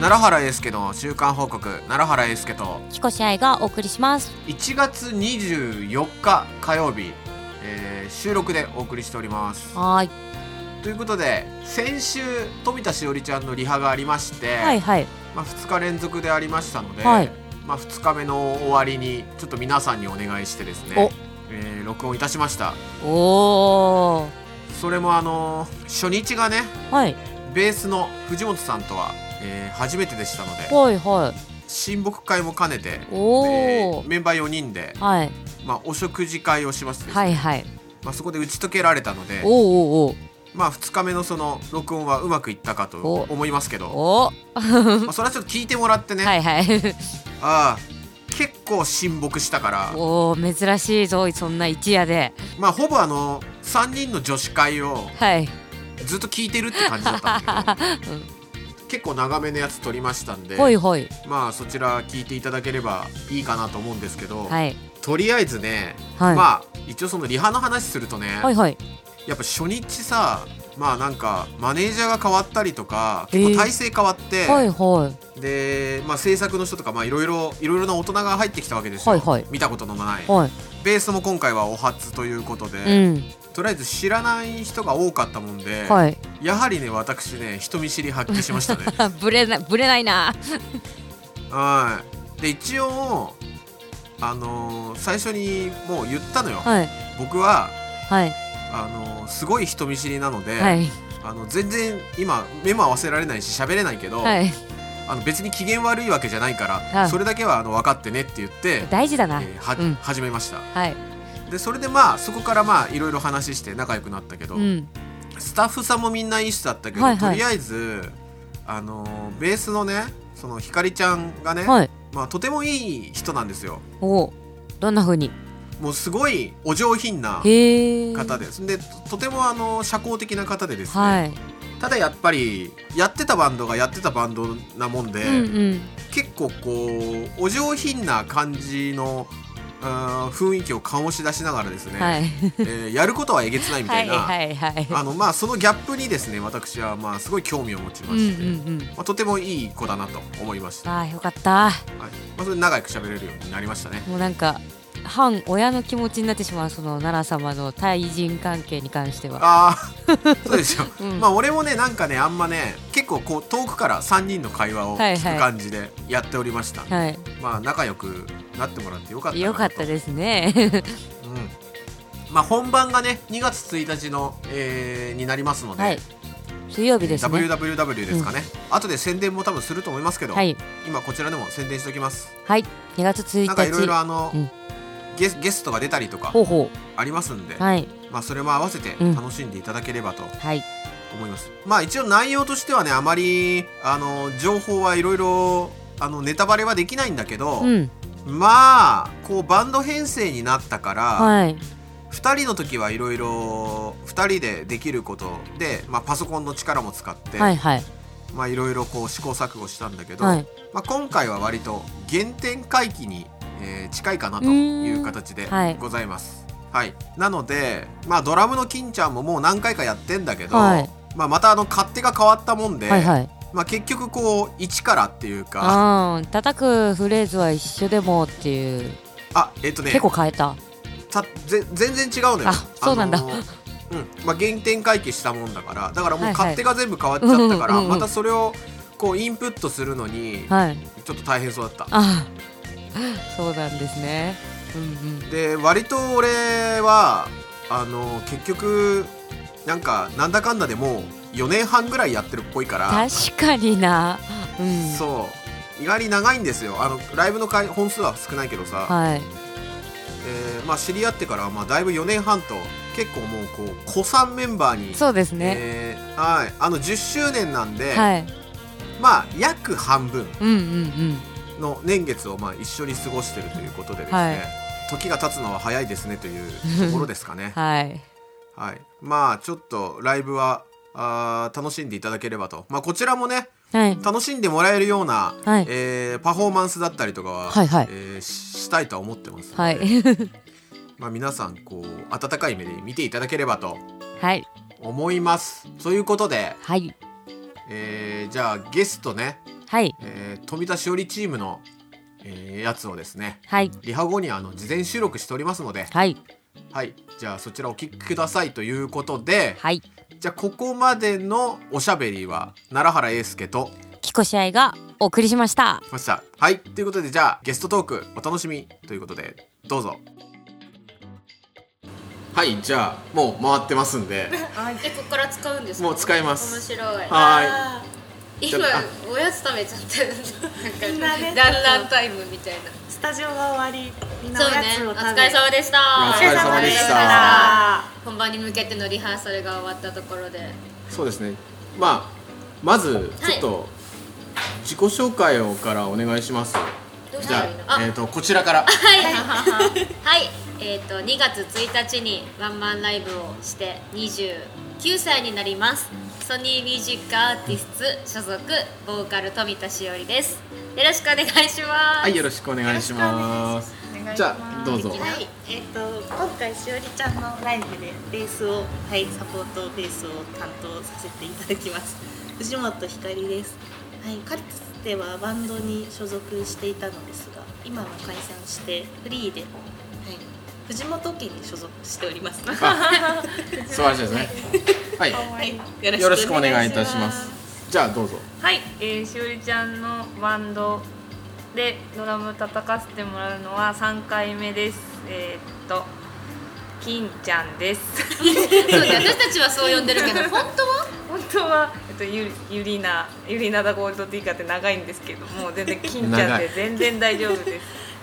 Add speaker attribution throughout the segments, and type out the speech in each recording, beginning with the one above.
Speaker 1: 奈良原英介の週刊報告奈良原英介と
Speaker 2: 彦試合がお送りします
Speaker 1: 1月24日火曜日、えー収録でお送りしております
Speaker 2: はーい
Speaker 1: ということで先週富田しおりちゃんのリハがありまして、
Speaker 2: はいはい
Speaker 1: まあ、2日連続でありましたので、
Speaker 2: はい
Speaker 1: まあ、2日目の終わりにちょっと皆さんにお願いしてですね
Speaker 2: お、
Speaker 1: えー録音いたしました
Speaker 2: おー
Speaker 1: それもあのー初日がね
Speaker 2: はい
Speaker 1: ベースの藤本さんとは、えー初めてでしたので
Speaker 2: はいはい
Speaker 1: 親睦会も兼ねて、えー
Speaker 2: おー
Speaker 1: メンバー4人で、
Speaker 2: はい
Speaker 1: まあ、お食事会をしましてですね、
Speaker 2: はいはい
Speaker 1: まあ、そこで打ち解けられたので
Speaker 2: おー、おー
Speaker 1: まあ、2日目のその録音はうまくいったかと
Speaker 2: お
Speaker 1: 思いますけ
Speaker 2: おー
Speaker 1: ど、
Speaker 2: お
Speaker 1: まあ、それはちょっと聞いてもらってね、
Speaker 2: ーはいはい
Speaker 1: ああ結構親睦したから、
Speaker 2: おー珍しいぞそんな一夜で
Speaker 1: まあ、ほぼあの3人の女子会を
Speaker 2: はい
Speaker 1: ずっと聞いてるって感じだったんだけど、
Speaker 2: うん
Speaker 1: 結構長めのやつ撮りましたんで、
Speaker 2: ほいほい
Speaker 1: まあ、そちら聞いていただければいいかなと思うんですけど、
Speaker 2: はい
Speaker 1: とりあえずね、
Speaker 2: はい
Speaker 1: まあ一応そのリハの話するとね、
Speaker 2: はいはい
Speaker 1: やっぱ初日さまあなんかマネージャーが変わったりとか
Speaker 2: えー
Speaker 1: 結構体制変わって、
Speaker 2: はいはい
Speaker 1: で、まあ、制作の人とかまあいろいろいろいろな大人が入ってきたわけですよ、
Speaker 2: はいはい
Speaker 1: 見たことのない、
Speaker 2: はい
Speaker 1: ベースも今回はお初ということで、
Speaker 2: うん
Speaker 1: とりあえず知らない人が多かったもんで、
Speaker 2: はい
Speaker 1: やはりね私ね人見知り発揮しましたね
Speaker 2: あぶれないぶれないな
Speaker 1: はいで一応あのー最初にもう言ったのよ、
Speaker 2: はい
Speaker 1: 僕は
Speaker 2: はい
Speaker 1: あのすごい人見知りなので、
Speaker 2: はい
Speaker 1: あの全然今目も合わせられないし喋れないけど、
Speaker 2: はい
Speaker 1: あの別に機嫌悪いわけじゃないから、
Speaker 2: はい
Speaker 1: それだけはあの分かってねって言って、
Speaker 2: 大事だな
Speaker 1: えーは
Speaker 2: うん
Speaker 1: 始めました
Speaker 2: はい
Speaker 1: でそれでまあそこからまあいろいろ話して仲良くなったけど、
Speaker 2: うん
Speaker 1: スタッフさんもみんないい人だったけど、
Speaker 2: はいはい
Speaker 1: とりあえずあのーベースのねそのひかりちゃんがね、
Speaker 2: はい
Speaker 1: まあ、とてもいい人なんですよ
Speaker 2: おーどんな風に
Speaker 1: もうすごいお上品な
Speaker 2: へえ
Speaker 1: 方ですでととてもあの社交的な方でですね、
Speaker 2: はい
Speaker 1: ただやっぱりやってたバンドがやってたバンドなもんで、
Speaker 2: うんうん
Speaker 1: 結構こうお上品な感じのうーん雰囲気を醸し出しながらですね、
Speaker 2: はい
Speaker 1: えーやることはえげつないみた
Speaker 2: はいい
Speaker 1: な、
Speaker 2: はいはい
Speaker 1: あのまあ、そのギャップにですね私はまあすごい興味を持ちま
Speaker 2: うん
Speaker 1: して、
Speaker 2: うんうん
Speaker 1: まあ、とてもいい子だなと思いました、
Speaker 2: ああよかった
Speaker 1: はいまあ、それで仲良く喋れるようになりましたね
Speaker 2: もうなんか反親の気持ちになってしまうその奈良様の対人関係に関しては
Speaker 1: ああ そうでしょ、
Speaker 2: うん
Speaker 1: まあ俺もねなんかねあんまね結構こう遠くから3人の会話を
Speaker 2: はい
Speaker 1: 聞
Speaker 2: はい
Speaker 1: く感じでやっておりました、
Speaker 2: はい
Speaker 1: まあ仲良くなってもらってよかったなと
Speaker 2: よかったで すね
Speaker 1: うんまあ本番がね2月1日の、えーになりますので、
Speaker 2: はい水曜日ですね
Speaker 1: WWW ですかね、後で宣伝も多分すると思いますけど、
Speaker 2: はい
Speaker 1: 今こちらでも宣伝しておきます
Speaker 2: はい2月1日
Speaker 1: なんかいろいろあの、
Speaker 2: うん
Speaker 1: ゲスゲストが出たりとか
Speaker 2: ほうほ
Speaker 1: ありますんで、
Speaker 2: うはい
Speaker 1: まあ、それも合わせて
Speaker 2: うん
Speaker 1: 楽しんでいただければと
Speaker 2: はい
Speaker 1: 思います、まあ一応内容としてはねあまりあの情報はいろいろあのネタバレはできないんだけど、
Speaker 2: うん
Speaker 1: まあこうバンド編成になったから、
Speaker 2: はい
Speaker 1: 2人の時はいろいろ2人でできることで、まあ、パソコンの力も使って
Speaker 2: はいはい
Speaker 1: まあいろいろこう試行錯誤したんだけど、
Speaker 2: はい
Speaker 1: まあ、今回は割と原点回帰に、えー近いかなという形で
Speaker 2: うーんはい
Speaker 1: ございます。はい、なので、まあ、ドラムの金ちゃんももう何回かやってんだけど、
Speaker 2: はい
Speaker 1: まあ、またあの勝手が変わったもんで、
Speaker 2: はいはい
Speaker 1: まあ、結局こう一からっていうか
Speaker 2: あー叩くフレーズは一緒でもっていう
Speaker 1: あえっ、とね
Speaker 2: 結構変えた
Speaker 1: たぜ全然違うのよ
Speaker 2: あそうなんだ
Speaker 1: あのーうんまあ、原点回帰したもんだからだからもう
Speaker 2: はいはい
Speaker 1: 勝手が全部変わっちゃったから、
Speaker 2: うんうんうん
Speaker 1: またそれをこうインプットするのに
Speaker 2: はい
Speaker 1: ちょっと大変そうだった
Speaker 2: あーそうなんですねうん
Speaker 1: で割と俺はあの結局なんかなんだかんだでもう4年半ぐらいやってるっぽいから、
Speaker 2: うん確かになうん
Speaker 1: そう意外に長いんですよあのライブの回本数は少ないけどさ、
Speaker 2: はい
Speaker 1: えーまあ、知り合ってからはまあだいぶ4年半と結構もうこう古参メンバーに、
Speaker 2: そうですね、
Speaker 1: えーはい、あの10周年なんで、
Speaker 2: はい
Speaker 1: まあ約半分
Speaker 2: うんうん
Speaker 1: の年月をまあ一緒に過ごしてるということでですね、
Speaker 2: はい
Speaker 1: 時が経つのは早いですねというところですか
Speaker 2: うん
Speaker 1: ね。
Speaker 2: はい
Speaker 1: はい、まあちょっとライブはあー楽しんでいただければと、まあ、こちらもね
Speaker 2: はい
Speaker 1: 楽しんでもらえるような、
Speaker 2: はい
Speaker 1: えーパフォーマンスだったりとかは、
Speaker 2: はいはい
Speaker 1: えーししたいとは思ってますので、
Speaker 2: はい
Speaker 1: まあ、皆さんこう温かい目で見ていただければと
Speaker 2: はい
Speaker 1: 思います。ということで、
Speaker 2: はい
Speaker 1: えーじゃあゲストね
Speaker 2: はい
Speaker 1: えー富田しおりチームの、えーやつをですね
Speaker 2: はい
Speaker 1: リハ後にあの事前収録しておりますので、
Speaker 2: はい
Speaker 1: はい、じゃあそちらお聞きくださいということで、
Speaker 2: はい
Speaker 1: じゃあここまでのおしゃべりは奈良原英介と
Speaker 2: キコ試合がお送りしました
Speaker 1: しました。はい、ということでじゃあゲストトークお楽しみということでどうぞ。はい、じゃあもう回ってますん で、
Speaker 3: えここから使うんですか
Speaker 1: もう使います
Speaker 3: 面白い
Speaker 1: は
Speaker 3: ー
Speaker 1: ちょ
Speaker 3: 今
Speaker 1: っとあ
Speaker 3: おやつ食べちゃってるなん
Speaker 4: みんなね
Speaker 3: かだんだんタイムみたいな
Speaker 4: スタジオが終わりみんな
Speaker 3: そ
Speaker 4: お
Speaker 3: う
Speaker 4: や
Speaker 3: ね
Speaker 4: つ
Speaker 3: お
Speaker 4: を食べ、
Speaker 3: 疲れ様でした
Speaker 1: お疲れ様でした
Speaker 3: お疲れ様でした本番に向けてのリハーサルが終わったところで
Speaker 1: い、そうですね。まあまずちょっと自己紹介をからお願いします。
Speaker 3: どうし
Speaker 1: じゃ
Speaker 3: たらいいの
Speaker 1: あ
Speaker 3: あ
Speaker 1: えっ、とこちらから。
Speaker 3: はい、はい、えっ、と2月1日にワンマンライブをして29歳になります。ソニーミュージックアーティスツ所属ボーカル富田しおりです。よろしくお願いします。
Speaker 1: はい、よろしくお願いし ます。じゃあどうぞ。
Speaker 4: はい、えっ、と今回しおりちゃんのライブでベースをはいサポートベースを担当させていただきます。藤本ひかりです。はい、かつてはバンドに所属していたのですが、今は解散してフリーで、はい、藤本家に所属しております。
Speaker 1: あ素晴らしいですね。はい、
Speaker 4: はい
Speaker 1: よろしくお願いいたします。じゃあどうぞ。
Speaker 5: はい、えー、しおりちゃんのバンドでドラム叩かせてもらうのは3回目ですえーっと金ちゃんです
Speaker 3: そうね、私たちはそう呼んでるけど、本当は
Speaker 5: 本当は、えっと、ゆゆりなゆりなだゴールドティーカーって長いんですけどもう全然金ちゃん
Speaker 1: 長い
Speaker 5: で全然大丈夫で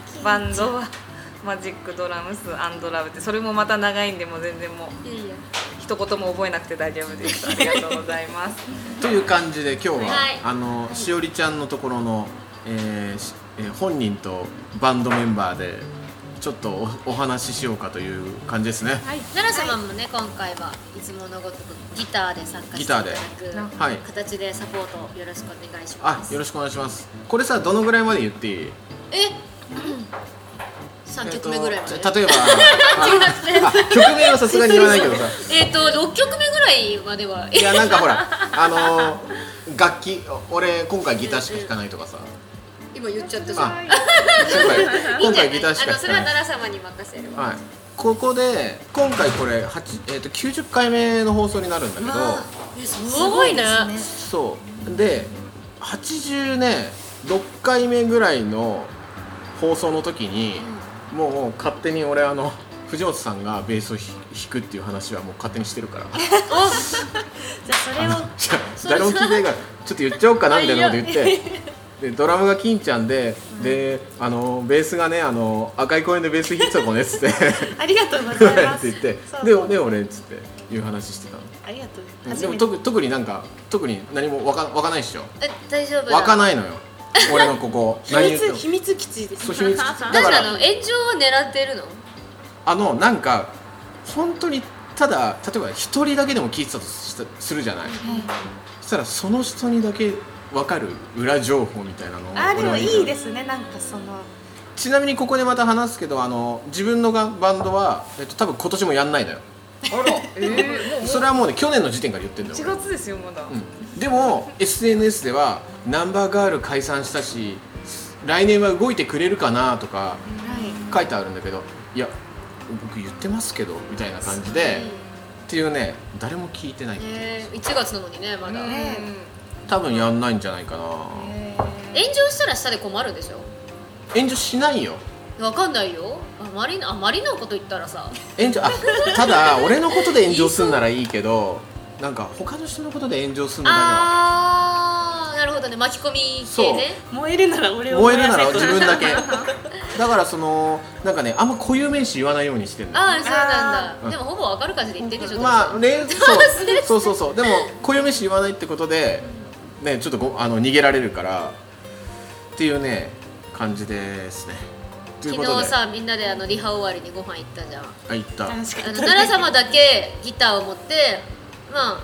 Speaker 5: すバンドはマジックドラムスアンドラブってそれもまた長いんでもう全然もう
Speaker 3: いやいや
Speaker 5: 一言も覚えなくて大丈夫ですありがとうございます
Speaker 1: という感じで今日は、
Speaker 3: はい
Speaker 1: あのしおりちゃんのところの、えーしえー本人とバンドメンバーでちょっとおお話ししようかという感じですね。
Speaker 3: 奈良様もね、今回はいつものごとくギターで参加していただく
Speaker 1: はい
Speaker 3: 形でサポートをよろしくお願いしま
Speaker 1: あ、
Speaker 3: す。
Speaker 1: よろしくお願いします。これさどのぐらいまで言っていい？
Speaker 3: え、三曲目ぐらいまで
Speaker 1: えっとじゃ例えば ああ曲名はさすがに言わないけどさ。
Speaker 3: えっ、と六曲目ぐらいまではい
Speaker 1: やなんかほらあのー楽器俺今回ギターしか弾かないとかさ。
Speaker 3: 今言っちゃったじゃん。
Speaker 1: あ今回
Speaker 3: いいん
Speaker 1: 今
Speaker 3: じゃない
Speaker 1: 回ギターしか
Speaker 3: あ
Speaker 1: 弾
Speaker 3: の
Speaker 1: か
Speaker 3: それは
Speaker 1: ない。
Speaker 3: 奈良様に任せるわ。
Speaker 1: はい、ここで今回これ、八えー、と90回目の放送になるんだけど
Speaker 3: えすごいね。
Speaker 1: そうで80ね6回目ぐらいの放送の時に、もう勝手に俺あの藤本さんがベースをひ弾くっていう話はもう勝手にしてる から
Speaker 4: じゃあそれを
Speaker 1: じゃあ誰も聞いてないからちょっと言っちゃおうかなみたいなこと言 ってでドラムが金ちゃんで、であのベースがねあの赤い公園でベース弾いてた子ねっつ って。
Speaker 4: ありがとうござい ま
Speaker 1: って
Speaker 4: す。
Speaker 1: 言って
Speaker 4: そう
Speaker 1: でで俺っつっていう話してたの
Speaker 4: ありがとう。
Speaker 1: で
Speaker 4: 初
Speaker 1: も
Speaker 4: めて
Speaker 1: 特特になんか特に何もわかわかないっしょ
Speaker 3: え大丈夫だ。
Speaker 1: わか
Speaker 3: い。
Speaker 1: ないのよ俺のここ何言 っ
Speaker 4: 秘
Speaker 1: て
Speaker 4: 密
Speaker 1: も
Speaker 4: 秘密基地です
Speaker 1: そう。秘密だか
Speaker 3: 大丈夫あの
Speaker 1: ら
Speaker 3: 炎上を狙ってるの？
Speaker 1: あのなんか本当にただ例えば一人だけでも聞いてたとしたするじゃない、そしたらその人にだけわかる裏情報みたいなのを
Speaker 4: あで
Speaker 1: 俺
Speaker 4: も
Speaker 1: はい
Speaker 4: いですねなんかその
Speaker 1: ちなみにここでまた話すけどあの自分のがバンドは、えっと、多分今年もやんないのよ
Speaker 5: えー、もう
Speaker 1: それはもうね去年の時点から言ってんだよ
Speaker 5: 1月ですよまだ、
Speaker 1: うんでも SNS ではナンバーガール解散したし来年は動いてくれるかなとか
Speaker 4: は
Speaker 1: 書いてあるんだけどいや僕言ってますけどみたいな感じでっていうね誰も聞いてない
Speaker 3: うんえー、1月なのにねまだ、炎
Speaker 4: ね
Speaker 1: 多分やんないんじゃないかな
Speaker 3: 上したらしたで困るでしょ
Speaker 1: 炎上しないよ
Speaker 3: わかんないよあまりあまりのこと言ったらさ
Speaker 1: 炎上あ ただ俺のことで炎上すんならいいけどなんか他の人のことで炎上すんのだけは
Speaker 3: あーなるほどね巻き込み系ね
Speaker 4: い燃えるなら俺を
Speaker 1: 燃えるなら
Speaker 4: せと
Speaker 1: 自分だけだからそのなんかねあんま固有名詞言わないようにしてるの
Speaker 3: ああそうなん
Speaker 1: あー
Speaker 3: だでもほぼわかる感じで言ってんでしょ
Speaker 1: まあ
Speaker 3: どう
Speaker 1: ね そうそうそうそうでも小嫁し言わないってことでねちょっとごあの逃げられるからっていうね感じですねという
Speaker 3: せ
Speaker 1: こ
Speaker 3: 昨
Speaker 1: と
Speaker 3: 日
Speaker 1: で
Speaker 3: さみんなであのリハ終わりにご飯行ったじゃん
Speaker 1: あ行った
Speaker 4: 楽し
Speaker 3: あ
Speaker 4: かっ
Speaker 3: の
Speaker 4: た
Speaker 3: 奈良様だけギターを持ってまあ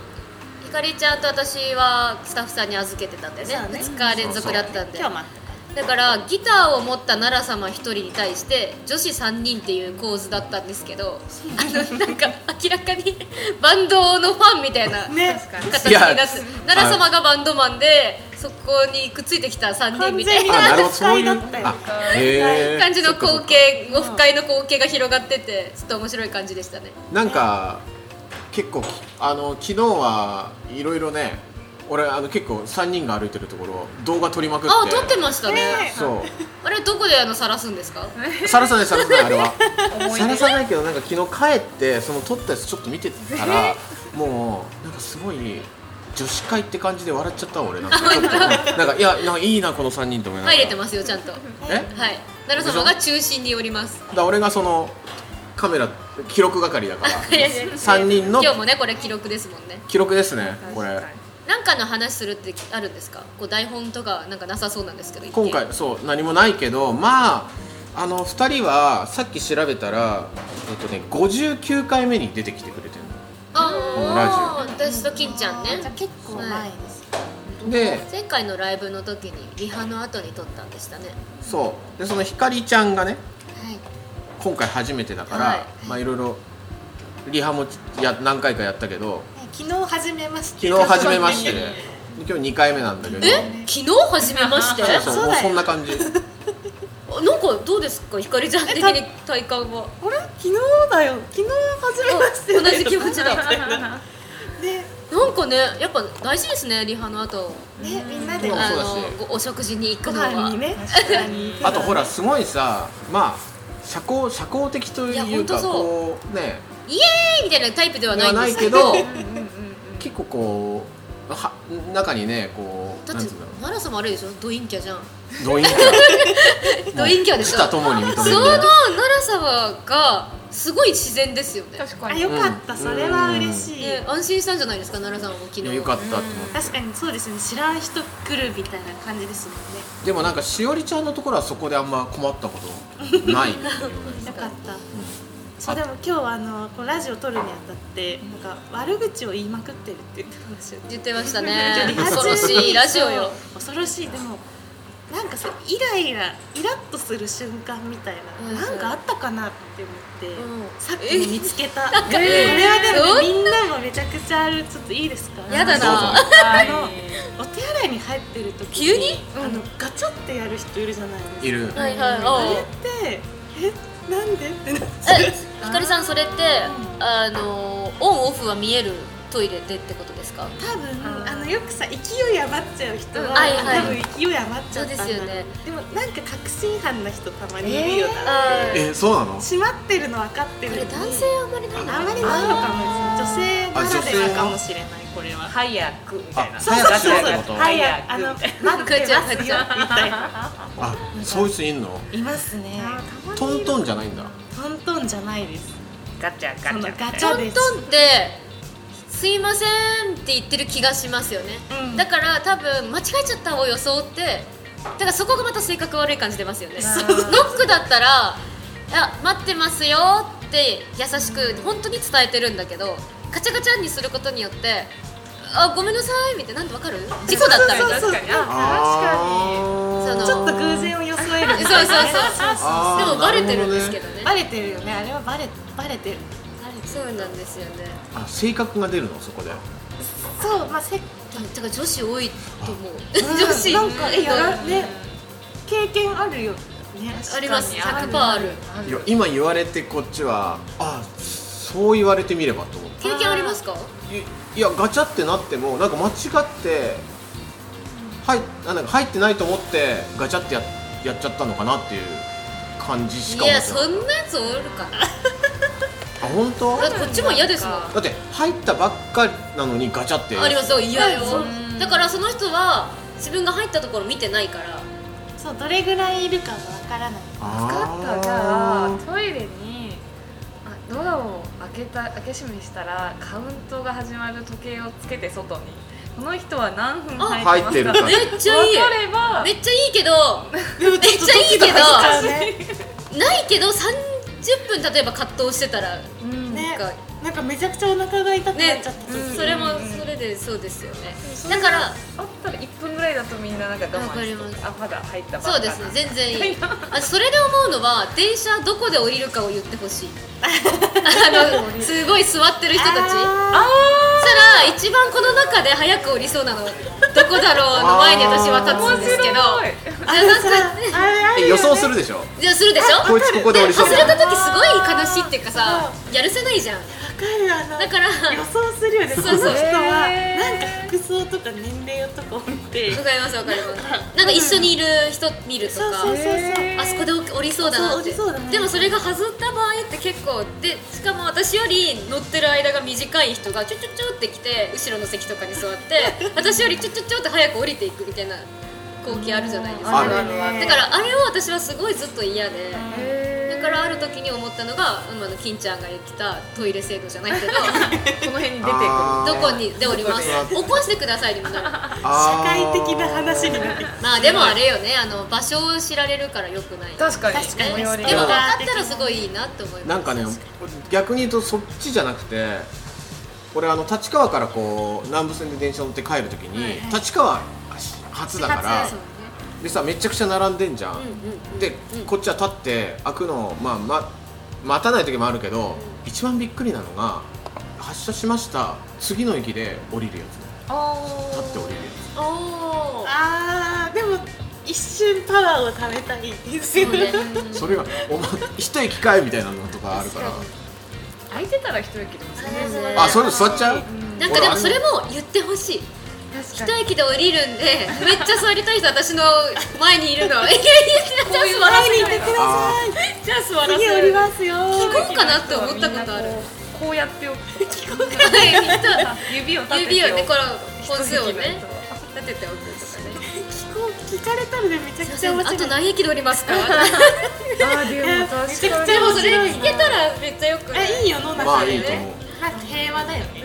Speaker 3: ひかりちゃんと私はスタッフさんに預けてたんだよね
Speaker 4: そうね
Speaker 3: 2日連続だったんで
Speaker 4: 今日待って
Speaker 3: だからギターを持った奈良様1人に対して女子3人っていう構図だったんですけどあのなんか明らかに バンドのファンみたいな
Speaker 4: ね
Speaker 3: 形になって
Speaker 1: いや
Speaker 3: 奈良様がバンドマンでそこにくっついてきた3人みた
Speaker 4: 完全
Speaker 3: い
Speaker 4: に
Speaker 3: な
Speaker 1: あなるほど
Speaker 4: 不快
Speaker 1: そういう
Speaker 4: だったりとか
Speaker 1: あへえ
Speaker 3: 感じの光景
Speaker 4: そっ
Speaker 3: オ
Speaker 4: かそっか
Speaker 3: フ会の光景が広がっててちょっと面白い感じでしたね
Speaker 1: なんか結構きあの昨日はいろいろね俺あの結構3人が歩いてるところ動画撮りまくって
Speaker 3: あ撮ってましたね、
Speaker 1: そ
Speaker 3: あれどこであの晒すんですか
Speaker 1: うさらさないさらさないあれは
Speaker 5: 思い
Speaker 1: さら
Speaker 5: 出
Speaker 1: さないけどなんか昨日帰ってその撮ったやつちょっと見てたらもうなんかすごい女子会って感じで笑っちゃったわ俺 なんかちょっとなんかいやなんかいいなこの3人と思いながら
Speaker 3: 入れてますよちゃんとは
Speaker 1: え
Speaker 3: い奈良様が中心におります
Speaker 1: だから俺がそのカメラ記録係だから3人の
Speaker 3: 今日もねこれ記録ですもんね
Speaker 1: 記録ですねこれ
Speaker 3: なんかの話するってあるんですかこう台本とかなんかなさそうなんですけど一見
Speaker 1: 今回そう何もないけどまああの2人はさっき調べたらえっとね59回目に出てきてくれてる
Speaker 3: ああ私と金ちゃんね
Speaker 4: じゃあ結構前です
Speaker 1: ので
Speaker 3: 前回のライブの時にリハの後に撮ったんでしたね
Speaker 1: そうでそのひかりちゃんがね
Speaker 3: はい
Speaker 1: 今回初めてだから、
Speaker 3: はい
Speaker 1: まあいろいろリハもや何回かやったけど
Speaker 4: 昨日始めまして
Speaker 1: 昨日初めましてで今日2回目なんだけど
Speaker 3: え昨日初めまして
Speaker 1: そうそうもう
Speaker 4: そうだよ
Speaker 1: そんな 感じ
Speaker 3: あなんかどうですかひかりちゃん的に体感は
Speaker 4: 俺昨日だよ昨日初めまして
Speaker 3: 同じ気持ちだ
Speaker 5: した
Speaker 4: で
Speaker 3: なんかねやっぱ大事ですねリハの後
Speaker 4: ねみんなで
Speaker 1: そう
Speaker 3: あ
Speaker 1: だし
Speaker 3: のおお食事に行
Speaker 4: ご
Speaker 3: くの
Speaker 4: 飯
Speaker 3: は
Speaker 4: にね
Speaker 1: あとほらすごいさまあ社交社交的と
Speaker 3: いや
Speaker 1: い
Speaker 3: ほ
Speaker 1: うん
Speaker 3: と
Speaker 1: か
Speaker 3: そう
Speaker 1: こうね
Speaker 3: イエーイみたいなタイプでは
Speaker 1: で
Speaker 3: な
Speaker 1: は
Speaker 3: いん
Speaker 1: な
Speaker 3: で
Speaker 1: い
Speaker 3: すけ
Speaker 1: け
Speaker 3: ど
Speaker 1: ど結構こうは中にねこう
Speaker 3: だ
Speaker 1: な
Speaker 3: っ
Speaker 1: ん
Speaker 3: て
Speaker 1: つうんだろ
Speaker 3: 奈良さんもあれでしょドインキャじゃん
Speaker 1: うドインキャ
Speaker 3: ドインキャでしょ
Speaker 1: 舌ともに認める
Speaker 3: その奈良様がすごい自然ですよね
Speaker 5: 確か
Speaker 4: あ
Speaker 5: に
Speaker 4: よかったそれは嬉しい
Speaker 3: ね安心したんじゃないですか奈良さんも昨
Speaker 1: い
Speaker 3: 日
Speaker 1: やよかったと思って
Speaker 4: 確かにそうですね知らん人来るみたいな感じですもんね
Speaker 1: でもなんかしおりちゃんのところはそこであんま困ったこと ないっていうね
Speaker 4: よかった
Speaker 1: うん
Speaker 4: そうでも今日はあのこうラジオ撮るにあたってなんか悪口を言いまくってるって言ってましたよじゃ
Speaker 3: 言ってました
Speaker 4: あ
Speaker 3: ね
Speaker 4: リハ中に
Speaker 3: 恐ろしいラジオよ
Speaker 4: そう恐ろしいでもなんかそうイライライラッとする瞬間みたいな、
Speaker 3: うん
Speaker 4: なんかあったかなって思って、
Speaker 3: うん
Speaker 4: さっき見つけた、こ
Speaker 3: か
Speaker 4: れはで
Speaker 3: え
Speaker 4: もみんなもめちゃくちゃあるちょっといいですか
Speaker 3: や
Speaker 1: ど
Speaker 3: だな
Speaker 1: うぞ
Speaker 5: は
Speaker 4: あ
Speaker 5: い
Speaker 4: のお手洗いに入ってる時
Speaker 3: 急に
Speaker 4: あのガチャってやる人いるじゃないですか
Speaker 1: いる
Speaker 3: はいはい
Speaker 4: あ
Speaker 3: あ
Speaker 4: れってえなんでってなっちゃう
Speaker 3: えひかりさんそれってあのオンオフは見えるトイレでってことですか
Speaker 4: 多分
Speaker 5: あー
Speaker 4: あのよくさ勢い余っちゃう人は、
Speaker 3: うんはいはい
Speaker 4: 多分勢い余っちゃったんだ
Speaker 3: そうですよね
Speaker 4: でもなんか確信犯な人たまにいるよな、
Speaker 3: あー
Speaker 1: えそうなの
Speaker 4: 閉まってるの分かってる
Speaker 3: こ
Speaker 4: のに
Speaker 3: れ男性あんまりないの
Speaker 4: あんまりないのかもしれない
Speaker 1: あ
Speaker 4: 女性ならではかもしれないこれは
Speaker 5: 早くみたいな
Speaker 1: あ
Speaker 4: そうそうそう
Speaker 1: 早くって
Speaker 4: そ
Speaker 1: こ
Speaker 4: う
Speaker 1: と
Speaker 4: はい
Speaker 5: 早く
Speaker 4: あの
Speaker 5: みたい
Speaker 4: 待っ てますよみたいな
Speaker 1: あそういう人いんの
Speaker 4: いますね
Speaker 1: トントンじゃないんだ
Speaker 4: トントンじゃないです
Speaker 5: ガチャガチャ
Speaker 4: その
Speaker 5: みたい
Speaker 4: ガ
Speaker 5: な
Speaker 4: チ
Speaker 3: ト
Speaker 4: ャ
Speaker 3: ン
Speaker 4: で
Speaker 3: ト
Speaker 4: す
Speaker 3: ンってすいませんって言ってる気がしますよね、
Speaker 4: うん
Speaker 3: だから多分間違えちゃったを装ってだからそこがまた性格悪い感じ出ますよねノックだったら「いや待ってますよ」って優しく本当に伝えてるんだけどガチャガチャにすることによって「あごめんなさい」みたいななんでわかる事故だったみた
Speaker 4: そう
Speaker 3: いな
Speaker 4: そうそう
Speaker 5: 確かに
Speaker 4: あ
Speaker 1: あー
Speaker 4: 確か
Speaker 3: そ
Speaker 4: に
Speaker 3: の
Speaker 4: ちょっと偶然を装える
Speaker 3: そう そうそう
Speaker 4: そう
Speaker 1: あー
Speaker 3: でもバレてるんですけどね
Speaker 4: バレてるよねあれはバレバレてるバレてる
Speaker 3: そうなんですよね
Speaker 1: あ性格が出るのそこで
Speaker 4: そうまあせっ
Speaker 3: だだから女子多いと思う
Speaker 4: うん
Speaker 3: 女子
Speaker 4: なんかえやら
Speaker 3: うん
Speaker 4: ね経験あるよね
Speaker 3: あります
Speaker 5: 確かに
Speaker 3: 100%ある
Speaker 1: いや今言われてこっちはあそう言われてみればと思って
Speaker 3: 経験ありますか
Speaker 1: いいやガチャってなってもなんか間違って入あなんか入ってないと思ってガチャってややっちゃったのかなっていう感じし
Speaker 3: い
Speaker 1: か思
Speaker 3: や
Speaker 1: ってない
Speaker 3: そんなやつおるかな
Speaker 1: あ本当
Speaker 3: だってこっちも嫌ですもんあ
Speaker 1: だって入ったばっかりなのにガチャって
Speaker 3: りますよ嫌よ
Speaker 5: うん
Speaker 3: だからその人は自分が入ったところ見てないから
Speaker 4: そうどれぐらいいるかがわからない
Speaker 5: 分かったじゃあトイレにあドアを開けた開け閉めしたらカウントが始まる時計をつけて外にこの人は何分
Speaker 1: あ
Speaker 5: 入ってますか
Speaker 1: 入
Speaker 3: め
Speaker 1: って
Speaker 3: っちゃいい
Speaker 5: 分かれば
Speaker 3: めっちゃいいけどめっちゃいいけどないけど30分例えば葛藤してたら
Speaker 5: うん
Speaker 4: ね
Speaker 3: なんか
Speaker 4: なんかめちゃくちゃお腹が痛くなっ
Speaker 3: ね
Speaker 4: ちゃった
Speaker 5: うん
Speaker 3: それもそれでそうですよねだから
Speaker 5: あったら1分ぐらいだとみんななんか我
Speaker 3: わか
Speaker 5: 慢
Speaker 3: り
Speaker 5: し
Speaker 3: ます
Speaker 5: てあまだ入ったばっか
Speaker 3: そうですね全然いいあそれで思うのは電車どこで降りるかを言ってほしいあのすごい座ってる人たち
Speaker 4: あ
Speaker 5: あ
Speaker 3: さら一番この中で早く降りそうなのどこだろうの前に私は立つんですけど
Speaker 4: あれさあれあ
Speaker 1: え
Speaker 4: るよ、ね、
Speaker 1: 予想するでしょ
Speaker 3: じゃあするでしょ
Speaker 1: こいつここで降りそう
Speaker 3: 外れ
Speaker 1: だな
Speaker 3: た時すごい悲しいっていうかさやるせないじゃん
Speaker 4: わかるあの
Speaker 3: だから
Speaker 4: 予想するよね
Speaker 3: そう
Speaker 4: そ
Speaker 3: そ
Speaker 4: の
Speaker 3: う
Speaker 4: 人は
Speaker 5: へー
Speaker 4: なんか服装とか年齢とかを見て
Speaker 3: わかりますわかりますなんか一緒にいる人見ると
Speaker 4: そう
Speaker 3: か
Speaker 4: そうそうそう
Speaker 3: あそこで降りそうだなって
Speaker 4: そう降りそうだね
Speaker 3: でもそれが外った場合って結構でしかも私より乗ってる間が短い人がちょちょちょって来て後ろの席とかに座って 私よりちょちょちょって早く降りていくみたいな光景あるじゃないですか
Speaker 1: あるあ
Speaker 5: る
Speaker 3: だからあれを私はすごいずっと嫌でだからある時に思ったのが今の金ちゃんが言ってたトイレ制度じゃないけ ど
Speaker 5: この辺に出てくる
Speaker 1: あー
Speaker 3: どこにで降ります
Speaker 1: そ
Speaker 3: 起こしてくださいにもなる
Speaker 4: 社
Speaker 1: あー
Speaker 4: 会的な話になってき
Speaker 3: まあでもあれよねあの場所を知られるからよくない
Speaker 5: 確かに
Speaker 4: 確かに
Speaker 5: 最寄り
Speaker 3: でも分かったらすごいいいなって思います
Speaker 1: なんかね逆に言うとそっちじゃなくて俺あの立川からこう南武線で電車乗って帰るときに、立川初だから
Speaker 3: そうね
Speaker 1: でさめちゃくちゃ並んでんじゃん、で、こっちは立って開くのを、まあ、ま待たない時もあるけど、一番びっくりなのが発車しました次の駅で降りるやつ立って降りるや
Speaker 3: おお
Speaker 4: あーでも一瞬パワーを貯めたいですよね
Speaker 1: つ、それがお前一駅かいみたいなのとかあるから
Speaker 5: 空いてたら一駅でも全然
Speaker 1: あそれで座っちゃう、
Speaker 3: なんかでもそれも言ってほしい一駅で降りるんでめっちゃ座りたい人私の前にい るのいやいやじゃあ座ら
Speaker 4: 前
Speaker 3: せ
Speaker 4: に行
Speaker 3: な
Speaker 4: って
Speaker 3: い
Speaker 4: くださ
Speaker 1: あ
Speaker 4: い
Speaker 3: じゃあ座ら
Speaker 4: 次
Speaker 3: せ
Speaker 4: 降
Speaker 3: る
Speaker 4: りますよ
Speaker 3: 聞こうかなって思ったことある
Speaker 5: こうやっておくと指を立てて
Speaker 3: 指をねこの
Speaker 5: 一
Speaker 3: 本
Speaker 5: 息
Speaker 3: 数
Speaker 5: が
Speaker 3: を
Speaker 5: いいと
Speaker 3: ね立てておくとかね
Speaker 4: 聞こう聞かれたらねめちゃくちゃ面
Speaker 3: あ
Speaker 4: 白
Speaker 3: と
Speaker 4: い
Speaker 3: 何駅で降りますかで
Speaker 5: あーでも確かに
Speaker 4: めちゃくちゃ
Speaker 3: もそれ聞けたらめっちゃよくない
Speaker 4: あいいよの中で、
Speaker 1: まあいいと思う
Speaker 4: なんか平和だよね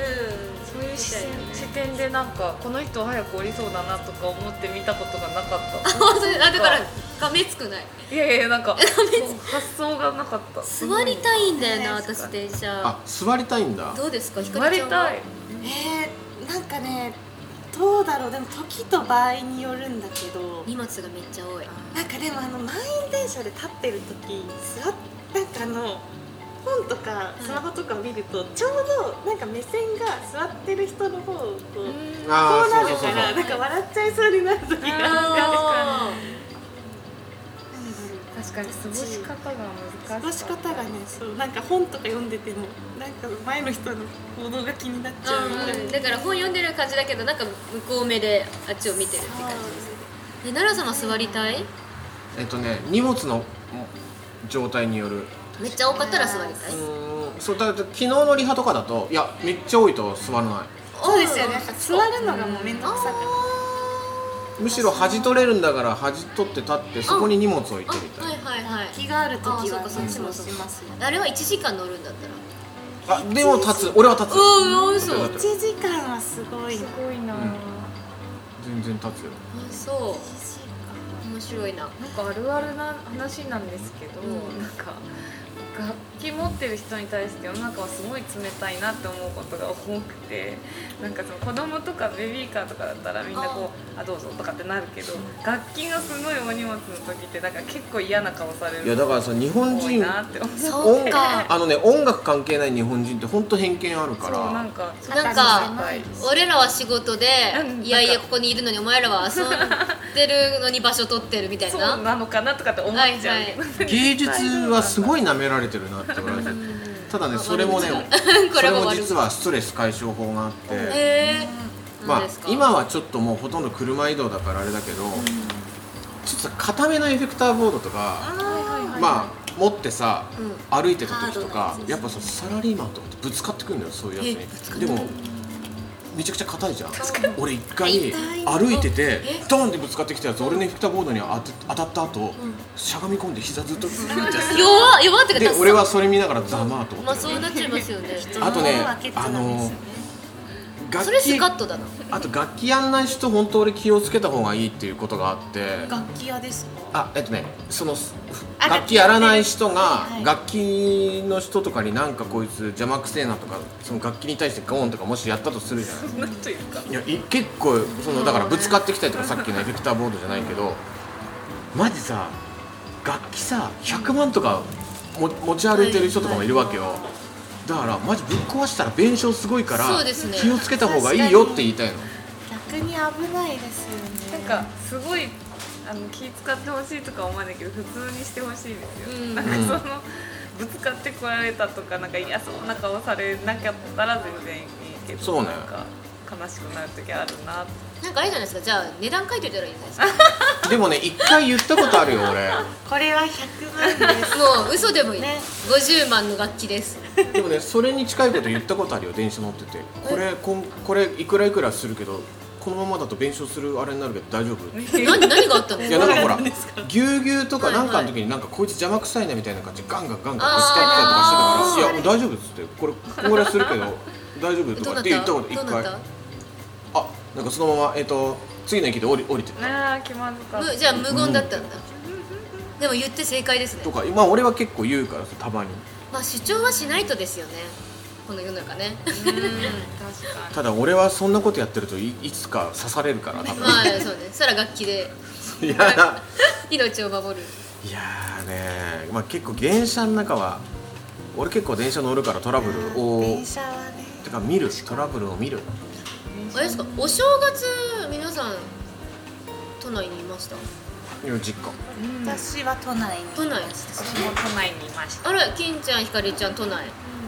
Speaker 5: そういう視点視点でなんかこの人早く降りそうだなとか思って見たことがなかっ
Speaker 3: 本当にあだからがめつくない
Speaker 5: たいやいやなんかそう発想がなかった
Speaker 3: 座りたいんだよな
Speaker 4: そう
Speaker 3: 私電車
Speaker 1: あ座りたいんだ
Speaker 3: どうですかひか
Speaker 5: 座
Speaker 3: り
Speaker 5: り
Speaker 3: ちゃんは
Speaker 5: たい
Speaker 4: えー、なんかねどうだろうでも時と場合によるんだけど
Speaker 3: 荷物がめっちゃ多い
Speaker 4: なんかでもあの満員電車で立ってる時座っなんかあの本とかスマホとかを見ると、ちょうどなんか目線が座ってる人の方をこう,、こ
Speaker 1: あ
Speaker 4: う
Speaker 1: あ
Speaker 4: な
Speaker 1: そうそ
Speaker 4: る
Speaker 1: うそう
Speaker 4: から
Speaker 1: そう
Speaker 4: なんか笑っちゃいそうになる時が
Speaker 3: あ
Speaker 5: 確かに過ごし方が
Speaker 4: 過
Speaker 5: 難
Speaker 4: ご
Speaker 5: し
Speaker 4: し
Speaker 5: かっ
Speaker 4: 方がねそうなんか本とか読んでてもなんか前の人の行動が気になっちゃうみたいな、
Speaker 3: ーうんだから本読んでる感じだけどなんか向こう目であっちを見てるって感じえ奈良様座りたい
Speaker 1: えっとね荷物の状態による
Speaker 3: めっちゃ多かったら座りた
Speaker 1: う
Speaker 3: い
Speaker 1: ーんそうだって昨日のリハとかだといやめっちゃ多いと座らない
Speaker 4: そうですよね座るのがもう面倒くさくな
Speaker 1: むしろ端取れるんだから端取って立ってそこに荷物置いて
Speaker 3: あ
Speaker 1: みた
Speaker 3: はいいはいはい
Speaker 4: る気がある時は
Speaker 3: あそうかそうか
Speaker 4: そうしますよ
Speaker 3: あれは1時間乗るんだったら
Speaker 1: あでも立つ俺は立つ
Speaker 3: うんうんそう
Speaker 1: 俺は
Speaker 4: 1
Speaker 1: 立つ
Speaker 4: 時間はすごい
Speaker 5: た
Speaker 4: な
Speaker 5: すごいな、
Speaker 1: うん全然立つよ
Speaker 3: あそう面白いな
Speaker 5: なんかあるあるな話なんですけど、
Speaker 3: うん
Speaker 5: なんか楽器持ってる人に対して世の中はすごい冷たいなって思うことが多くてなんかその子供とかベビーカーとかだったらみんなこう「あどうぞ」とかってなるけど楽器がすごいお荷物の時ってなんか結構嫌な顔される
Speaker 1: いやだからさ日本
Speaker 5: 多い
Speaker 1: 人
Speaker 5: なって思う
Speaker 3: そう
Speaker 1: 音
Speaker 3: か
Speaker 1: あのね音楽関係ない日本人って本当偏見あるか
Speaker 5: そうなん
Speaker 1: ら
Speaker 5: か
Speaker 3: なんか
Speaker 5: そういうのが
Speaker 3: 俺らは仕事で
Speaker 5: うん
Speaker 3: いやいやここにいるのにお前らは遊んでるのに場所取ってるみたい
Speaker 5: そう
Speaker 3: な
Speaker 5: なのかなとかって思っちゃうけど、
Speaker 1: 芸術はすごい舐められてるなって俺はただねそれも ね
Speaker 3: こ
Speaker 1: そ
Speaker 3: れ
Speaker 1: れ
Speaker 3: も
Speaker 1: も
Speaker 3: 悪い
Speaker 1: 実はストレス解消法があって、
Speaker 3: へえ
Speaker 1: まあ
Speaker 3: 何ですか、
Speaker 1: 今はちょっともうほとんど車移動だからあれだけど、ちょっとさ固めのエフェクターボードとかまあ持ってさ、歩いてた時とかやっぱそうサラリーマンとかってぶつかってくるんだよそういうやつにでもめちゃくちゃ硬いじゃん俺一回歩いててドーンってぶつかってきたやつ俺のエフェクターボードに当て当たった後、しゃがみ込んで膝ずっとグーってやって
Speaker 3: 弱っ弱っ て
Speaker 1: で
Speaker 3: か
Speaker 1: 俺はそれ見ながらざまあと思
Speaker 3: まあ
Speaker 1: って
Speaker 3: そうなっちゃいますよね
Speaker 1: あとね
Speaker 4: 物は欠
Speaker 1: あ
Speaker 4: 落な
Speaker 1: の
Speaker 4: んですよね
Speaker 1: 楽器
Speaker 3: それスカッとだな
Speaker 1: あと楽器やんない人本当俺気をつけた方がいいっていうことがあって
Speaker 4: 楽器屋ですか
Speaker 1: あえっとねそのす
Speaker 4: あ
Speaker 1: 楽器やらない人が
Speaker 4: はい
Speaker 1: 楽器の人とかになんかこいつ邪魔くせえなとかその楽器に対してゴーンとかもしやったとするじゃない
Speaker 5: なんというか
Speaker 1: いやい結構そのだからぶつかってきたりとかさっきのエフェクターボードじゃないけどマジさ楽器さ100万とかも持ち歩いてる人とかもいるわけよだからマジぶっ壊したら弁償すごいから
Speaker 3: そうですね
Speaker 1: 気をつけた方がいいよって言いたいの
Speaker 4: 逆に危ないですよね
Speaker 5: なんかすごいあの気使ってほしいとか思わないけど普通にしてほしいですよ、
Speaker 3: うん
Speaker 5: なんかそのぶつかってこられたとかなんか嫌そうな顔されなかったら全然いいけど
Speaker 1: そうね
Speaker 5: なんか悲しくなる時あるなって
Speaker 3: なんかあれじゃないですかじゃあ値段書いといたらいいんじゃないで
Speaker 1: でもね一回言ったことあるよ俺
Speaker 4: これは100万で す
Speaker 3: すかもう嘘でもいい、
Speaker 4: ね
Speaker 3: 50万の楽器です
Speaker 1: でもねそれに近いこと言ったことあるよ電車乗っててこれこんこれいくらいくらするけどこのままだと弁償するあれになるけど大丈夫
Speaker 3: 何何があったの
Speaker 1: いやなんかほら
Speaker 4: どうなんですか
Speaker 1: ぎゅうぎゅうとか
Speaker 3: はいは
Speaker 1: ないんかの時になんかこいつ邪魔くさいなみたいな感じでガンガンガンガンぶつかったりとかしてたから「いや大丈夫」っつって「これこれするけど大丈夫」と
Speaker 3: ど
Speaker 1: か
Speaker 3: うな
Speaker 1: っ
Speaker 3: って
Speaker 1: 言った
Speaker 3: た
Speaker 1: こと一
Speaker 3: どうな
Speaker 1: 回
Speaker 3: った
Speaker 1: あなんかそのままえっ、と次の駅で降り降りてった
Speaker 5: あー気まずかった
Speaker 3: むじゃあ無言だったんだ、でも言って正解ですね
Speaker 1: とかまあ俺は結構言うからさたまに
Speaker 3: まあ主張はしないとですよねこの世の中ね
Speaker 5: うん確かに
Speaker 1: ただ俺はそんなことやってるといいつか刺されるから多分
Speaker 3: まあそうねそら楽器で
Speaker 1: いやだ
Speaker 3: 命を守る
Speaker 1: いやーねまあ結構電車の中は俺結構電車乗るからトラブルを
Speaker 4: 電車はね
Speaker 1: てか見るトラブルを見る
Speaker 3: あれですかお正月皆さん都内にいました
Speaker 1: いや実家
Speaker 5: うん
Speaker 4: 私は都内に
Speaker 3: 都内
Speaker 5: 私も都内にいました
Speaker 3: あら金ちゃんひかりちゃん都内、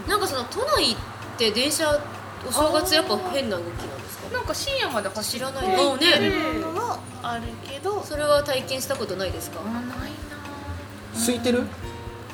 Speaker 3: なんかその都内って電車お正月やっぱ変な動きなんですか
Speaker 5: なんか深夜まで走
Speaker 3: 知
Speaker 5: る
Speaker 3: らないもうね
Speaker 4: そういうのはあるけど
Speaker 3: それは体験したことないですか、
Speaker 5: あないな
Speaker 1: 空いてる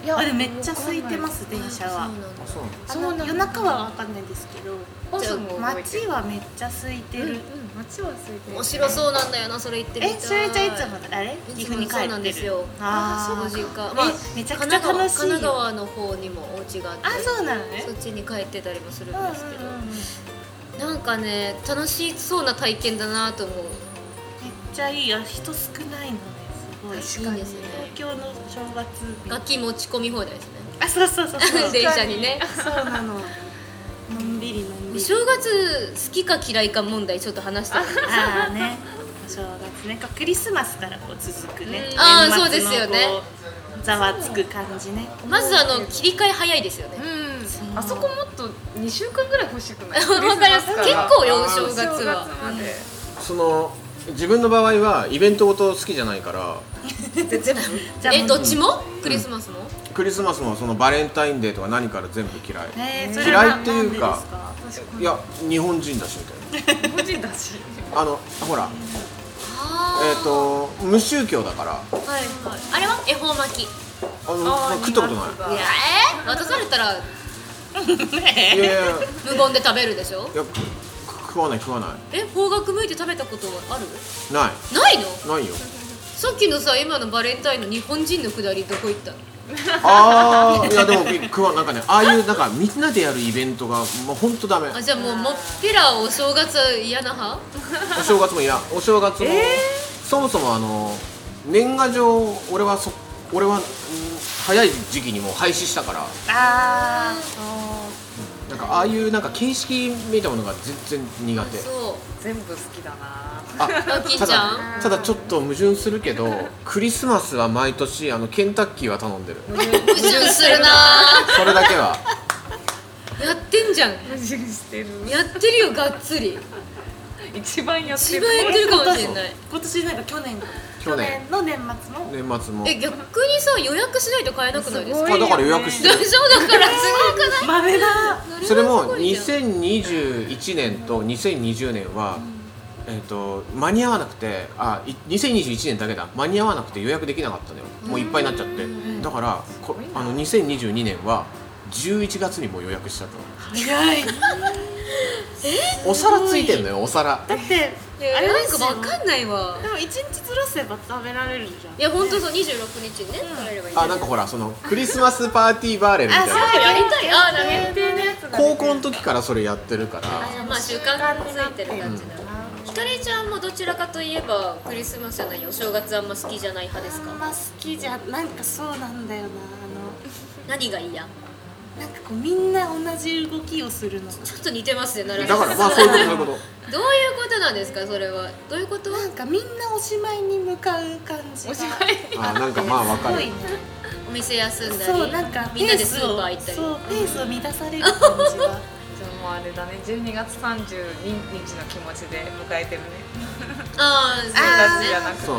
Speaker 5: いや
Speaker 4: あれめっちゃ空いてます電車
Speaker 3: あ
Speaker 4: は
Speaker 3: そうなんだ
Speaker 1: あそうなんだ
Speaker 4: あ
Speaker 5: そうなんだ
Speaker 4: の夜中はわかんないですけど
Speaker 5: バスも動いて
Speaker 4: 街
Speaker 5: る
Speaker 4: はめっちゃ空いてる、
Speaker 5: 街は空いてる
Speaker 3: 面白そうなんだよなそれ言ってみたい
Speaker 4: えそれじゃいつもあれ岐阜に帰って
Speaker 3: そ
Speaker 4: る
Speaker 3: うなんですよ
Speaker 4: あー
Speaker 3: あそうか
Speaker 4: え
Speaker 3: まあ
Speaker 4: めちゃく
Speaker 3: 神
Speaker 4: ちゃ
Speaker 3: 奈川
Speaker 4: 楽しい
Speaker 3: 神奈
Speaker 4: よ
Speaker 3: 川の方にもお家があって
Speaker 4: あそうなのね
Speaker 3: そっちに帰ってたりもする
Speaker 4: うんんうん
Speaker 3: ですけど、
Speaker 4: うんめっ
Speaker 3: なんかね楽しそうな体験だなと思う
Speaker 4: ちゃいいよ人少ないのねすごい
Speaker 3: 確かにいいですね
Speaker 4: 東京の正月
Speaker 3: 楽器持ち込み放題ですね
Speaker 4: あそうそうそうそう
Speaker 3: 電車にね
Speaker 4: そうなののんびりのん
Speaker 3: お
Speaker 4: びり
Speaker 3: 正月好きか嫌いか問題ちょっと話したい
Speaker 4: ああねお正月ねクリスマスからこう続くね
Speaker 3: うんあ
Speaker 4: 年
Speaker 3: ー
Speaker 4: 末の
Speaker 3: そうですよね
Speaker 4: こうざわつく感じね
Speaker 3: まずあの切り替え早いですよね
Speaker 5: うん、あそこもっと二週間ぐらい欲しくない
Speaker 3: わかります
Speaker 5: ク
Speaker 3: 結
Speaker 5: リスマスから
Speaker 3: 構よお正月
Speaker 5: お正
Speaker 3: は
Speaker 5: 月まで
Speaker 1: その自分の場合はイベントごと好きじゃないから
Speaker 4: じゃあ
Speaker 3: え
Speaker 4: もう
Speaker 3: どっちもクリスマスも
Speaker 1: クリスマスもそのバレンタインデーとか何から全部嫌い、
Speaker 4: えーそれは
Speaker 1: 嫌いっていう
Speaker 4: なんで
Speaker 1: か
Speaker 4: です
Speaker 5: 確か
Speaker 1: いや日本人だしみたい
Speaker 5: に 日本人だし
Speaker 1: なあのほら
Speaker 3: あ
Speaker 1: えっ、と無宗教だから
Speaker 3: ーはいはいあれは恵方巻きい
Speaker 1: あの
Speaker 5: あー
Speaker 1: 食ったことない
Speaker 5: 二月が
Speaker 3: やえー渡された ら
Speaker 1: いやいやいや
Speaker 3: 無言で食べるでしょ
Speaker 1: いやく食わない食わな
Speaker 3: え方角向いて食べたことある
Speaker 1: いな
Speaker 3: ないの
Speaker 1: いないよ
Speaker 3: さっきのさ今のバレンタインの日本人のくだりどこ行ったの
Speaker 1: ああいやでも食わなんかねああいうなんかみんなでやるイベントがもう本当ダメ
Speaker 3: あじゃあもうもっぺらお正月嫌な派
Speaker 1: お正月もいやお正月も、そもそもあの年賀状俺はそ俺は、うん早い時期にもう廃止したから
Speaker 4: あ
Speaker 1: なんかああいうなんか形式めいたものが全然苦手
Speaker 3: そう
Speaker 5: 全部好きだな
Speaker 1: あ
Speaker 3: あきんち
Speaker 1: た
Speaker 3: ゃ
Speaker 1: だただちょっと矛盾するけどクリスマスは毎年あのケンタッキーは頼んでる
Speaker 3: 矛盾するな
Speaker 1: それだけは
Speaker 3: ーやってんじゃん
Speaker 5: 矛盾してる
Speaker 3: やってるよがっつり
Speaker 5: 一番やって
Speaker 3: 一
Speaker 5: る
Speaker 3: 番やってるかもしれ
Speaker 4: ー
Speaker 3: ない
Speaker 4: 今年なんか去年
Speaker 1: 去年
Speaker 4: の年末の
Speaker 1: 年末も
Speaker 3: え逆にさ予約しないと買えなくないです
Speaker 5: す
Speaker 3: か
Speaker 5: ごい
Speaker 1: あだから予約して
Speaker 3: 大
Speaker 1: る
Speaker 3: 丈夫だからす
Speaker 4: 豆だ
Speaker 3: ごくない
Speaker 1: それも
Speaker 3: 2000
Speaker 1: 2021年と2020年は、えっと間に合わなくてあい2021年だけだ間に合わなくて予約できなかったのよもういっぱいになっちゃってだからこ
Speaker 5: すごいな
Speaker 1: あの2022年は11月にもう予約しちゃったの
Speaker 4: 早い
Speaker 1: お皿ついてるのよお皿
Speaker 4: だって
Speaker 3: あ
Speaker 4: あ
Speaker 3: れ
Speaker 4: れ
Speaker 3: な
Speaker 4: なんん
Speaker 3: か
Speaker 4: か
Speaker 3: わ
Speaker 4: わ
Speaker 3: か
Speaker 4: か
Speaker 3: んないわ
Speaker 4: でも一日ずらせば食べられるじゃん
Speaker 3: いや本当そう26日にね取れればいい
Speaker 1: あなんかほらそのクリスマスパーティーバーレルみたいな
Speaker 3: やりたいあーなる
Speaker 5: 限定のやつが
Speaker 1: 高校の時からそれやってるから
Speaker 3: ほどまあ習慣がついてる感じだなひかりちゃんもどちらかといえばクリスマスじゃないお正月あんま好きじゃない派です
Speaker 4: あん
Speaker 3: か
Speaker 4: ま好きじゃなんかそうなんだよなあ
Speaker 3: 何がいいや
Speaker 4: のなんかこうみんな同じ動きをするの
Speaker 3: ちょっと似てますね奈
Speaker 1: だ
Speaker 3: 良
Speaker 1: か
Speaker 3: さん
Speaker 1: らまあそういう ことそういうこと
Speaker 3: どういうことなんですかそれはどういうこと
Speaker 4: なんかみんなおしまいに向かう感じが
Speaker 5: おしまい
Speaker 1: あなんかまあわか
Speaker 4: すご
Speaker 1: る
Speaker 4: いな
Speaker 5: お
Speaker 3: 店休んだり
Speaker 4: そうなんか
Speaker 3: みんなでスーパー行ったり
Speaker 4: そうペースを乱される感じが
Speaker 5: じゃあもうあれだね12月32日の気持ちで迎えてるね
Speaker 3: あーそうだ
Speaker 5: じゃな
Speaker 3: ね
Speaker 5: くて
Speaker 1: そ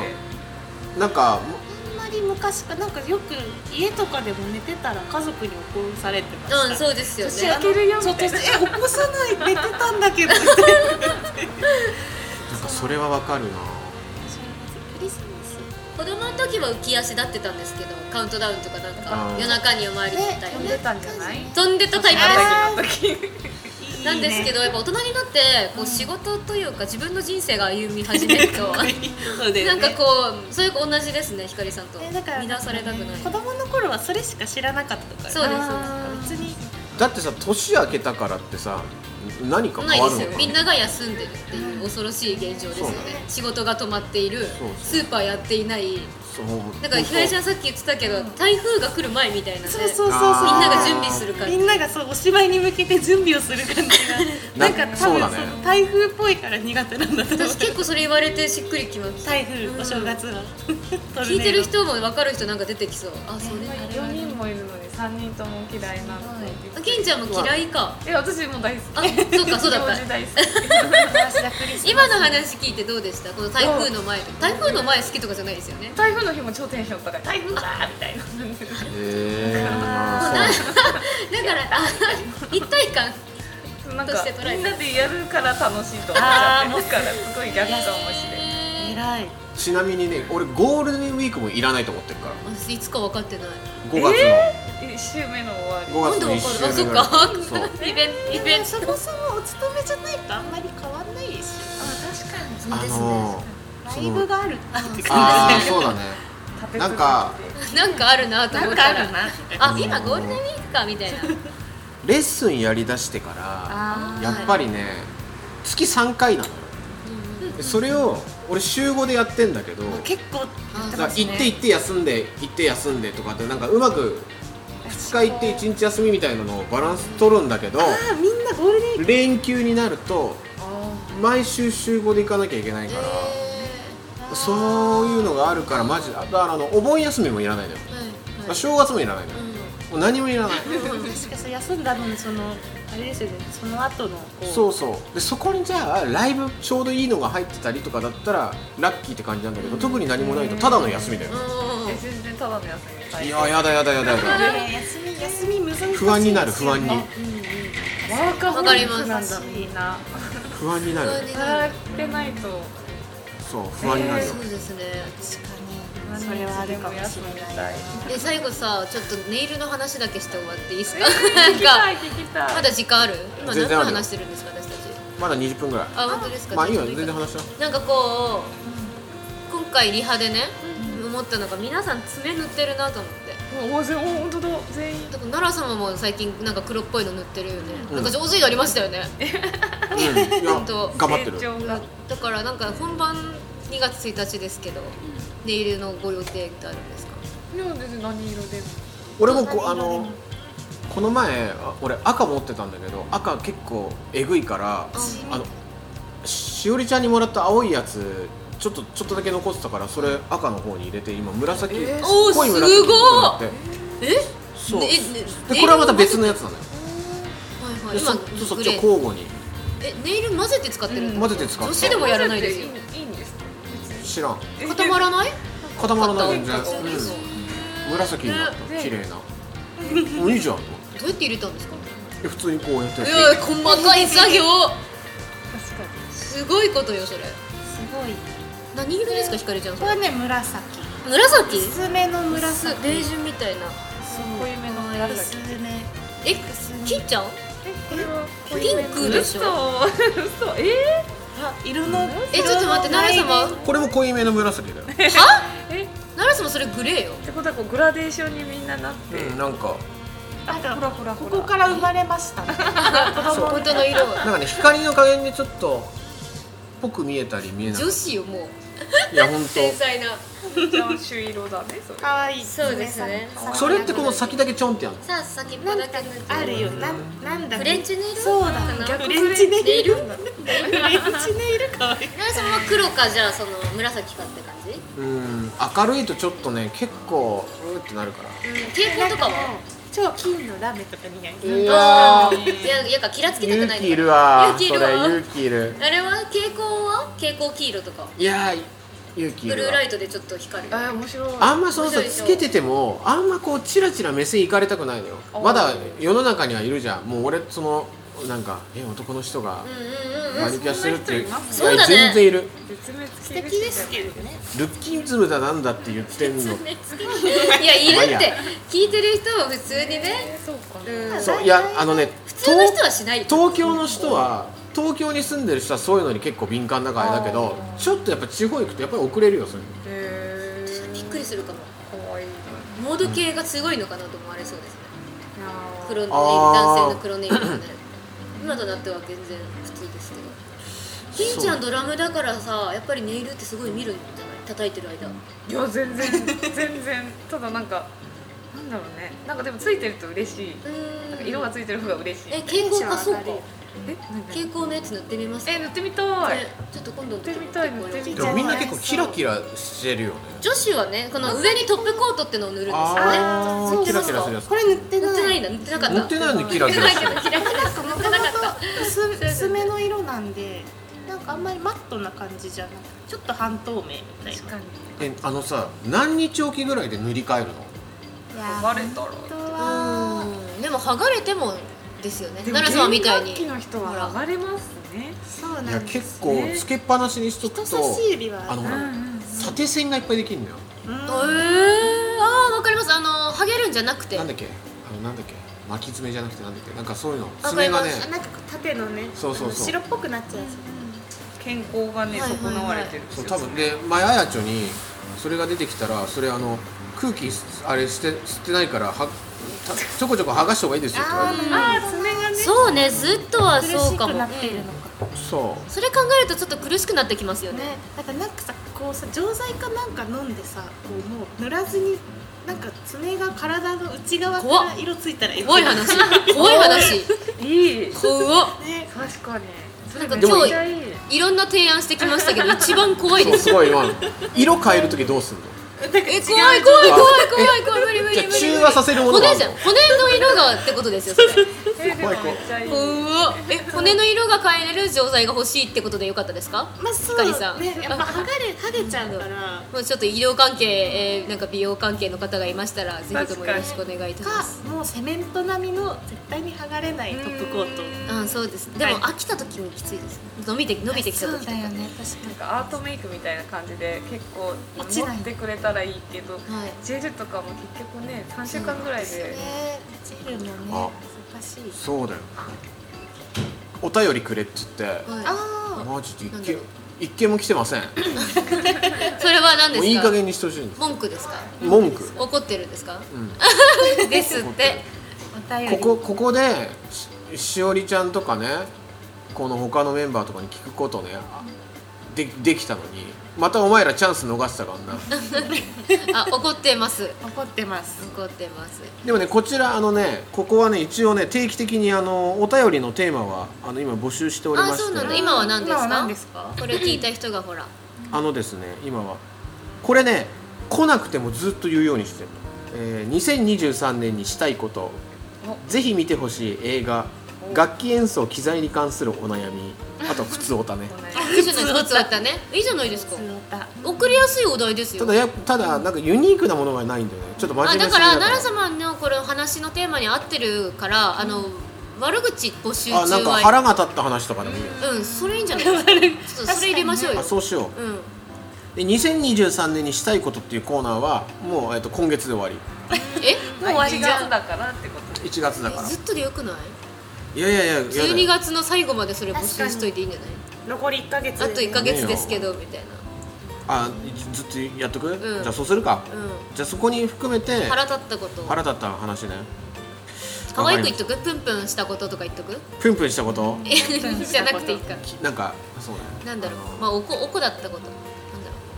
Speaker 1: うなんか
Speaker 4: あんまり昔かなんかよく家とかでも寝てたら家族に起こされてました、
Speaker 3: うんそうですよね
Speaker 5: 年明けるよみ
Speaker 4: ちょったと
Speaker 5: いな
Speaker 4: え起こさない寝てたんだけどって
Speaker 1: なんかそれはわかるな
Speaker 4: クリスマス
Speaker 3: 子供の時は浮き足立ってたんですけどカウントダウンとかな
Speaker 1: あ
Speaker 3: んか
Speaker 1: ー
Speaker 3: 夜中に夜回りみたい
Speaker 5: 飛
Speaker 3: なん
Speaker 5: でたんじゃない
Speaker 3: 飛んでたタイプ
Speaker 4: あ
Speaker 5: の時
Speaker 3: なんですけどやっぱ大人になってこう仕事というか自分の人生が歩み始めると
Speaker 4: そうだよ
Speaker 3: なん
Speaker 4: ね
Speaker 3: かこうそれ同じですねひかりさんと
Speaker 4: ねだから
Speaker 3: 乱されたくない
Speaker 4: 子供の頃はそれしか知らなかったから
Speaker 3: そうです
Speaker 4: 別に
Speaker 1: だってさ年明けたからってさ何か
Speaker 3: ない
Speaker 1: 変わ
Speaker 3: で
Speaker 1: る
Speaker 3: す
Speaker 1: の
Speaker 3: よ
Speaker 1: か
Speaker 3: みんなが休んでるっていう恐ろしい現状ですよ
Speaker 1: そうだ
Speaker 3: ね
Speaker 1: ね
Speaker 3: 仕事が止まっている
Speaker 1: そうそう
Speaker 3: スーパーやっていない
Speaker 1: そう
Speaker 3: だからひかりちゃんさっき言ってたけど台風が来る前みたいなね
Speaker 4: そうそうそうそう
Speaker 1: あー
Speaker 3: みんなが準備する感
Speaker 4: み
Speaker 3: じ
Speaker 4: んながそうお芝居に向けて準備をする感じが
Speaker 1: な
Speaker 4: なんか多
Speaker 1: そう
Speaker 4: 分
Speaker 1: だ
Speaker 4: そ
Speaker 1: ね
Speaker 4: の台風っぽいから苦手なんだと思う
Speaker 3: 私結構それ言われてしっくりきます
Speaker 4: 台風お正月 は
Speaker 3: 聞いてる人も分かる人なんか出てきそうあそれあれは
Speaker 5: 4人もいるのに3人とも嫌いなので
Speaker 3: あけんちゃんも嫌いか
Speaker 5: え私も大好き
Speaker 3: あそうかそうだった
Speaker 5: 幼児大好き
Speaker 3: 今の話聞いてどうでしたこの台風の前とか台風の前好きとかじゃないですよね
Speaker 5: 台風の日も超テンション高い台風だーみたいな
Speaker 1: へえまあそう
Speaker 3: だからあ一体感
Speaker 5: なん
Speaker 3: と
Speaker 5: か
Speaker 3: して捉えて
Speaker 5: みんなでやるから楽しいと思っちゃってるからすごい逆かもしれない
Speaker 4: えらい
Speaker 1: ちなみにね俺ゴールデンウィークもいらないと思ってるから
Speaker 3: 私いつか分かってない
Speaker 1: 5月の
Speaker 5: 1週目の終わ
Speaker 1: 5月
Speaker 5: り
Speaker 3: 今
Speaker 1: の
Speaker 3: 度分
Speaker 1: 一週
Speaker 3: かるあ
Speaker 1: 目
Speaker 3: そ
Speaker 1: ぐ
Speaker 3: っ
Speaker 1: らい
Speaker 3: かイベントイベント
Speaker 4: そもそもお勤めじゃないとあんまり変わんないし
Speaker 3: そう
Speaker 1: あ
Speaker 3: です
Speaker 1: の
Speaker 3: ね
Speaker 1: ー
Speaker 4: ライブがあるなって感
Speaker 1: ああそうだね
Speaker 5: 立て続けて
Speaker 1: なんか
Speaker 3: なんかあるなと
Speaker 4: じ
Speaker 3: 思
Speaker 4: な
Speaker 3: っ
Speaker 4: んか
Speaker 3: た
Speaker 4: あ
Speaker 3: ら
Speaker 4: るな
Speaker 3: あ今ゴールデンウィークかみたいな
Speaker 1: レッスンやりだしてからやっぱりね月3回なのよでそれを俺週5でやってんだけど
Speaker 4: 結構
Speaker 1: だから行って行って休んで行って休んでとかってなんかうまく2日行って1日休みみたいなのをバランス取るんだけど
Speaker 4: あみんなゴールデンウィーク
Speaker 1: 連休になると毎週週5で行かなきゃいけないからそういうのがあるからマジだからあのお盆休みもいらないのよ正月もいらないのよもう何もいらない
Speaker 4: 確かそう休んだのにそのあれですよねその後のこう
Speaker 1: そうそうでそこにじゃあライブちょうどいいのが入ってたりとかだったらラッキーって感じなんだけど特に何もないとただの休みだよ
Speaker 5: え全然ただの休み最
Speaker 1: いや
Speaker 5: 高
Speaker 1: やだやだやだやだ
Speaker 4: ね休み休み難しい
Speaker 1: 不安になる不安に
Speaker 5: ワーカホリック
Speaker 3: わか
Speaker 5: な
Speaker 3: り
Speaker 5: ん
Speaker 3: ま
Speaker 5: だ
Speaker 3: す
Speaker 5: みんな
Speaker 1: 不安になる
Speaker 5: 働けないと
Speaker 1: そう不安になるよ
Speaker 3: そうですね
Speaker 4: それはあるかもしれない
Speaker 5: い
Speaker 3: で最後さちょっとネイルの話だけして終わっていいですか
Speaker 5: 聞きた
Speaker 3: ないんか
Speaker 5: 聞きたい
Speaker 3: まだ時間ある今
Speaker 1: 全然あ
Speaker 3: 何分
Speaker 1: るよ
Speaker 3: 話してるんですか私たち
Speaker 1: まだ20分ぐらい
Speaker 3: あ本当ですか
Speaker 1: まあいい
Speaker 3: ちょ
Speaker 1: よ
Speaker 3: うど
Speaker 1: 全
Speaker 3: かな
Speaker 1: 然話しな
Speaker 3: なんかこう今回リハでね、思ったのが皆さん爪塗ってるなと思って
Speaker 5: もう本当だ全員
Speaker 3: だから奈良様も最近なんか黒っぽいの塗ってるよね、
Speaker 1: うん
Speaker 3: なんか上手になりましたよね
Speaker 1: うんいや
Speaker 3: 本当
Speaker 1: 頑張ってる
Speaker 5: 成長が
Speaker 3: だからなんか本番2月1日ですけど、ネイルのご予定ってあるんですか
Speaker 5: でも全然何色でも
Speaker 1: 俺もこあのこの前あ俺赤持ってたんだけど赤結構えぐいからあのしおりちゃんにもらった青いやつちょっとちょっとだけ残ってたからそれ赤の方に入れて今紫、
Speaker 5: えー
Speaker 1: 濃い
Speaker 3: お
Speaker 1: 紫
Speaker 3: ーす
Speaker 1: にな
Speaker 3: ご
Speaker 1: っ
Speaker 3: い
Speaker 1: て
Speaker 3: え
Speaker 1: そう
Speaker 3: ね
Speaker 1: でこれはまた別のやつなのよ
Speaker 3: はいはい
Speaker 1: で
Speaker 3: 今
Speaker 1: そそうそ
Speaker 3: グ
Speaker 1: っちを
Speaker 3: レー
Speaker 1: 交互に
Speaker 3: えネイル混ぜて使ってるんだ、
Speaker 5: うん
Speaker 1: 混ぜて使っ
Speaker 3: 女
Speaker 1: て
Speaker 3: 子でもやらないですよ
Speaker 5: いいいんですか
Speaker 1: 知らん
Speaker 3: 固まらない
Speaker 1: 固まらない全然、
Speaker 3: 固まらないそう
Speaker 1: うん、紫になった綺麗なもういいじゃんと思って
Speaker 3: どうやって入れたんですか
Speaker 1: え普通にこうやってや
Speaker 3: い
Speaker 1: って
Speaker 3: や細かい作業
Speaker 5: 確かに
Speaker 3: すごいことよそれ
Speaker 4: すごい
Speaker 3: 何色ですかひかりちゃん
Speaker 4: これはね紫
Speaker 3: 紫
Speaker 4: 薄めの
Speaker 3: 紫
Speaker 4: 紫
Speaker 3: ベージュみたいな
Speaker 5: 濃いめの
Speaker 4: 薄
Speaker 5: 紫
Speaker 4: め
Speaker 3: えきっちゃんピンクでし
Speaker 5: 嘘
Speaker 3: ょ
Speaker 5: 嘘え
Speaker 4: あ色の
Speaker 3: えちょっと待って奈良様
Speaker 1: これも濃いめの紫だよ、
Speaker 5: ー、えっ
Speaker 3: 奈良様それグレーよ
Speaker 5: てことはこうグラデーションにみんななって、
Speaker 1: うん、なんか
Speaker 4: なん
Speaker 5: ほ
Speaker 4: か
Speaker 5: らほらほ
Speaker 4: こ
Speaker 5: ら
Speaker 4: こから生まれましたね子供
Speaker 3: 本当 の色
Speaker 1: なん
Speaker 3: は
Speaker 1: かね光の加減でちょっとぽく見えたり見えない
Speaker 3: 女子よもう
Speaker 1: いや本
Speaker 3: 繊細な
Speaker 5: じゃあ朱色だねそれ
Speaker 4: 可愛い
Speaker 3: そうですね
Speaker 1: 当それってこの先だけちょんってやる
Speaker 3: さあ先っぽ
Speaker 4: なん
Speaker 3: だ
Speaker 4: か
Speaker 3: け塗って
Speaker 4: あるよなんなんだ
Speaker 3: フレンチネイル
Speaker 4: そうだ
Speaker 3: かな
Speaker 4: フ
Speaker 3: 奈
Speaker 4: レンチネイルフレンチネイル可愛い
Speaker 3: 良様は黒かじゃあその紫かって感じ
Speaker 1: うん明るいとちょっとね結構ってなるから
Speaker 3: 抵抗とかは
Speaker 4: 超金のラメとか似合いそう
Speaker 1: う
Speaker 3: あ
Speaker 1: わ
Speaker 3: ーいやいやキラつきたく
Speaker 1: 勇
Speaker 3: ない
Speaker 1: 気いるわ
Speaker 3: 勇気い
Speaker 1: そ
Speaker 3: るわ
Speaker 1: れ勇気いる
Speaker 3: あれは蛍光は蛍光黄色とか
Speaker 1: いやー勇気い
Speaker 3: ブ
Speaker 1: る
Speaker 3: ル
Speaker 1: わ
Speaker 3: ーライトでちょっと光る
Speaker 5: あー面白い
Speaker 1: あんまその
Speaker 3: 面白
Speaker 1: さ
Speaker 3: いでし
Speaker 1: つ
Speaker 3: ょ
Speaker 1: けててもあんまこうチラチラ目線いかれたくないのよ
Speaker 5: あー
Speaker 1: まだ世の中にはいるじゃんもう俺そのなんかえ男の人が
Speaker 3: うんうんうんうん
Speaker 1: マニキュアしてるっていう
Speaker 5: そんな人います
Speaker 3: そうだね
Speaker 1: 全然いる
Speaker 5: 絶滅危
Speaker 4: 素
Speaker 5: 惧種
Speaker 4: 敵ですけどね
Speaker 1: ルッキズムだなんだって言ってんの
Speaker 3: いやいる
Speaker 1: まあ
Speaker 3: っ
Speaker 1: いい
Speaker 3: て
Speaker 1: や
Speaker 3: 聞いてる人は普通にね、
Speaker 5: えーそうかな、
Speaker 3: うん、普
Speaker 1: そういやあのね
Speaker 3: 通の人はしないよ
Speaker 1: 東京の人は東京に住んでる人はそういうのに結構敏感だからあれだけど
Speaker 5: あー
Speaker 1: ちょっとやっぱ地方行くとやっぱり遅れるよそれに
Speaker 5: えー、
Speaker 3: びっくりするかも
Speaker 5: かわいいな
Speaker 3: モード系がすごいのかなと思われそうですね
Speaker 5: あー
Speaker 3: 黒ネイル
Speaker 1: あー
Speaker 3: 男性の黒ネイルとかね今となっては全然普通ですけど金ちゃんドラムだからさやっぱりネイルってすごい見るんじゃない叩いてる間
Speaker 5: いや全然全然ただなんかなんだろうねなんかでもついてると嬉しいなんか
Speaker 3: うん
Speaker 5: 色がついてる方が嬉しい
Speaker 3: え蛍光かそうか
Speaker 5: えなんだ
Speaker 3: 蛍光のやつ塗ってみます
Speaker 5: え塗ってみたい
Speaker 3: ねちょっと今度の
Speaker 5: 塗
Speaker 3: とこ
Speaker 5: ってみたい塗ってみ
Speaker 1: で
Speaker 5: たい
Speaker 1: もみんな結構キラキラしてるよね
Speaker 3: 女子はねこの上にトップコートってのを塗るんですよね
Speaker 1: あ
Speaker 4: そ
Speaker 1: ー
Speaker 4: う
Speaker 1: キラキラするやつ
Speaker 4: これ塗って
Speaker 3: 塗って
Speaker 4: な
Speaker 3: ない
Speaker 4: い
Speaker 3: んだ塗ってなかった
Speaker 1: 持ってないのにキラキ
Speaker 3: 塗
Speaker 1: ラ
Speaker 3: って
Speaker 1: して
Speaker 3: な
Speaker 1: る
Speaker 3: いけどキラキラしか
Speaker 4: も
Speaker 3: 塗っ
Speaker 4: と
Speaker 3: てな
Speaker 4: も
Speaker 3: か
Speaker 4: と
Speaker 3: った
Speaker 4: 薄薄めの色なんでなんかあんまりマットな感じじゃなくちょっと半透明みたい
Speaker 5: 確
Speaker 4: な
Speaker 5: かに
Speaker 1: えあのさ何日おきぐらいで塗り替えるの
Speaker 4: いや
Speaker 5: バレたら
Speaker 4: 本当は
Speaker 3: うんでも剥がれてもですよね奈良さんみたいに
Speaker 5: 弦楽器の人
Speaker 3: ほ
Speaker 5: は
Speaker 3: ら
Speaker 5: 上がれますね
Speaker 4: そう
Speaker 1: い
Speaker 4: な
Speaker 1: や
Speaker 4: んで
Speaker 1: 結
Speaker 4: す
Speaker 1: 構つけっぱなしにしとくと
Speaker 4: 人差し指は
Speaker 1: あのほら
Speaker 5: うん
Speaker 1: 縦線がいっぱいできるのよ
Speaker 4: うん
Speaker 3: えー、あーわかりますあの剥げるんじゃなくて
Speaker 1: なんだっけあのなんだっけ巻き爪じゃなくてなんだっけなんかそういうの
Speaker 3: わか
Speaker 1: 爪
Speaker 3: りま
Speaker 1: が
Speaker 3: す
Speaker 1: ね
Speaker 4: あなんかこう縦のね
Speaker 1: そうそうそう
Speaker 4: 白っぽくなっちゃうやつ
Speaker 5: 健康がね
Speaker 3: はいはいはい
Speaker 5: 損なわれてるんです
Speaker 1: そう
Speaker 5: よ
Speaker 1: 多分で前あやちょにそれが出てきたらそれあの空気すあれして吸ってないからはたちょこちょこ剥がした方がいいですよって言われて
Speaker 5: あー爪がね
Speaker 3: そうねずっとは
Speaker 4: 苦
Speaker 3: そう
Speaker 4: し
Speaker 3: か
Speaker 4: く
Speaker 3: も、
Speaker 4: なってるのか
Speaker 1: そ
Speaker 3: それ考えるとちょっと苦しくなってきますよね
Speaker 4: ねだからなんかさこうさ錠剤かなんか飲んでさこうもう塗らずになんか爪が体の内側か
Speaker 3: 怖
Speaker 4: ら
Speaker 3: っ
Speaker 4: 色ついたら
Speaker 3: 怖い話 怖い話
Speaker 5: いい
Speaker 3: 怖っ
Speaker 4: ね
Speaker 5: 確かにそ
Speaker 3: な
Speaker 5: れ
Speaker 3: んか
Speaker 5: め
Speaker 3: で
Speaker 5: っ
Speaker 3: も
Speaker 5: ちゃいい
Speaker 3: いろんな提案してきましたけど一番怖いう
Speaker 1: そ
Speaker 3: で
Speaker 1: う
Speaker 3: す
Speaker 1: すごい今の色変える時どうすんの
Speaker 3: え怖い怖い怖い怖い怖い無理無
Speaker 1: じゃあ
Speaker 3: 理無理
Speaker 1: 中和させるものがあ
Speaker 3: 骨
Speaker 1: る
Speaker 3: じゃん
Speaker 1: の
Speaker 3: 骨の色がってことですよそれ
Speaker 5: えーでもめっちゃいい
Speaker 3: 怖っえ骨の色が変えれる錠剤が欲しいってことでよかったですか
Speaker 4: まあそ
Speaker 3: ひか
Speaker 4: う
Speaker 3: りさん
Speaker 4: ねやっぱ剥がれ剥げちゃうから
Speaker 3: もうちょっと医療関係、えーなんか美容関係の方がいましたらぜひともよろしくお願いいたします
Speaker 4: かもうセメント並みの絶対に剥がれないトップコート
Speaker 3: うんそうですでも、飽きた時もきついです伸びて伸びてきた
Speaker 4: そう
Speaker 3: 時とか
Speaker 4: だよね
Speaker 5: なん
Speaker 4: 確か
Speaker 5: かアートメイクみたいな感じで結構
Speaker 4: 落ちない
Speaker 5: 持ってくれたらいいけど
Speaker 3: はい
Speaker 5: ジェルとかも結局ね3週間ぐらい
Speaker 4: に
Speaker 5: で
Speaker 4: ねジェルも
Speaker 1: あ
Speaker 4: ね難しい
Speaker 1: そうだよお便りくれっつって
Speaker 3: はい、
Speaker 4: あ
Speaker 1: マジで一
Speaker 3: なんだ
Speaker 1: 件
Speaker 3: ろう
Speaker 1: 一件も来てま せんも
Speaker 3: それは何です
Speaker 1: う
Speaker 3: か
Speaker 1: いい加減にしてほしいんです
Speaker 3: 文句ですか
Speaker 1: 文句
Speaker 3: 怒ってるんですか
Speaker 1: うん
Speaker 3: ですって
Speaker 4: あお便り
Speaker 1: ここここでししおりちゃんとかねこの他のメンバーとかに聞くことねあでできたのにまたお前らチャンス逃したからな
Speaker 3: あ怒ってます
Speaker 4: 怒ってます
Speaker 3: 怒ってます
Speaker 1: でもねこちらあのねここはね一応ね定期的にあのお便りのテーマはあの今募集しておりま
Speaker 3: あ
Speaker 1: して
Speaker 3: そうなんだ今は何ですか
Speaker 4: 今は何ですか
Speaker 3: これ聞いた人がほら
Speaker 1: あのですね今はこれね来なくてもずっと言うようにしてる、えー2023年にしたいことぜひ見てほしい映画楽器演奏機材に関するお悩みあと普通おたね
Speaker 5: この
Speaker 3: いいじゃないですかったねいいじゃないです
Speaker 4: 普
Speaker 3: か
Speaker 4: 通歌
Speaker 3: 送りやすいお題ですよ
Speaker 1: ただやただなんかユニークなものがないんだよねちょっと真
Speaker 3: あ
Speaker 1: 面目
Speaker 3: だ
Speaker 1: す
Speaker 3: か
Speaker 1: ぎだ
Speaker 3: ら
Speaker 1: から
Speaker 3: 奈良様のこれ話のテーマに合ってるからあの、悪口募集中
Speaker 1: あなんか
Speaker 3: は
Speaker 1: 腹が立った話とかでもいいよね
Speaker 3: うんそれいいんじゃない ですかちょっとそれ入れましょうよ、
Speaker 1: あそうしよう
Speaker 3: うん
Speaker 1: で2023年にしたいことっていうコーナーはもう、えっと、今月で終わり
Speaker 3: えもう終わり
Speaker 5: 1
Speaker 3: じゃ
Speaker 5: 月
Speaker 3: ん
Speaker 5: だからってこと
Speaker 1: 1月だから
Speaker 3: ずっとでよくない
Speaker 1: いやいやいやいやだよ
Speaker 3: 12月の最後までそれ募集しといていいんじゃない
Speaker 4: 残り1ヶ月
Speaker 3: あと1か月ですけどみたい
Speaker 1: あずっとやっとく、
Speaker 3: ん
Speaker 1: じゃあそうするか、
Speaker 3: なうん
Speaker 1: じゃあそこに含めて
Speaker 3: 腹立ったこと
Speaker 1: 腹立った話ね
Speaker 3: 可愛く言っ
Speaker 1: わかり
Speaker 3: とくプンプンしたこととか言っとく
Speaker 1: ますプンプンしたこと
Speaker 3: え じゃなくていいか
Speaker 1: きなんかそうね
Speaker 3: なんだろうまあおこおこだったことなんだろ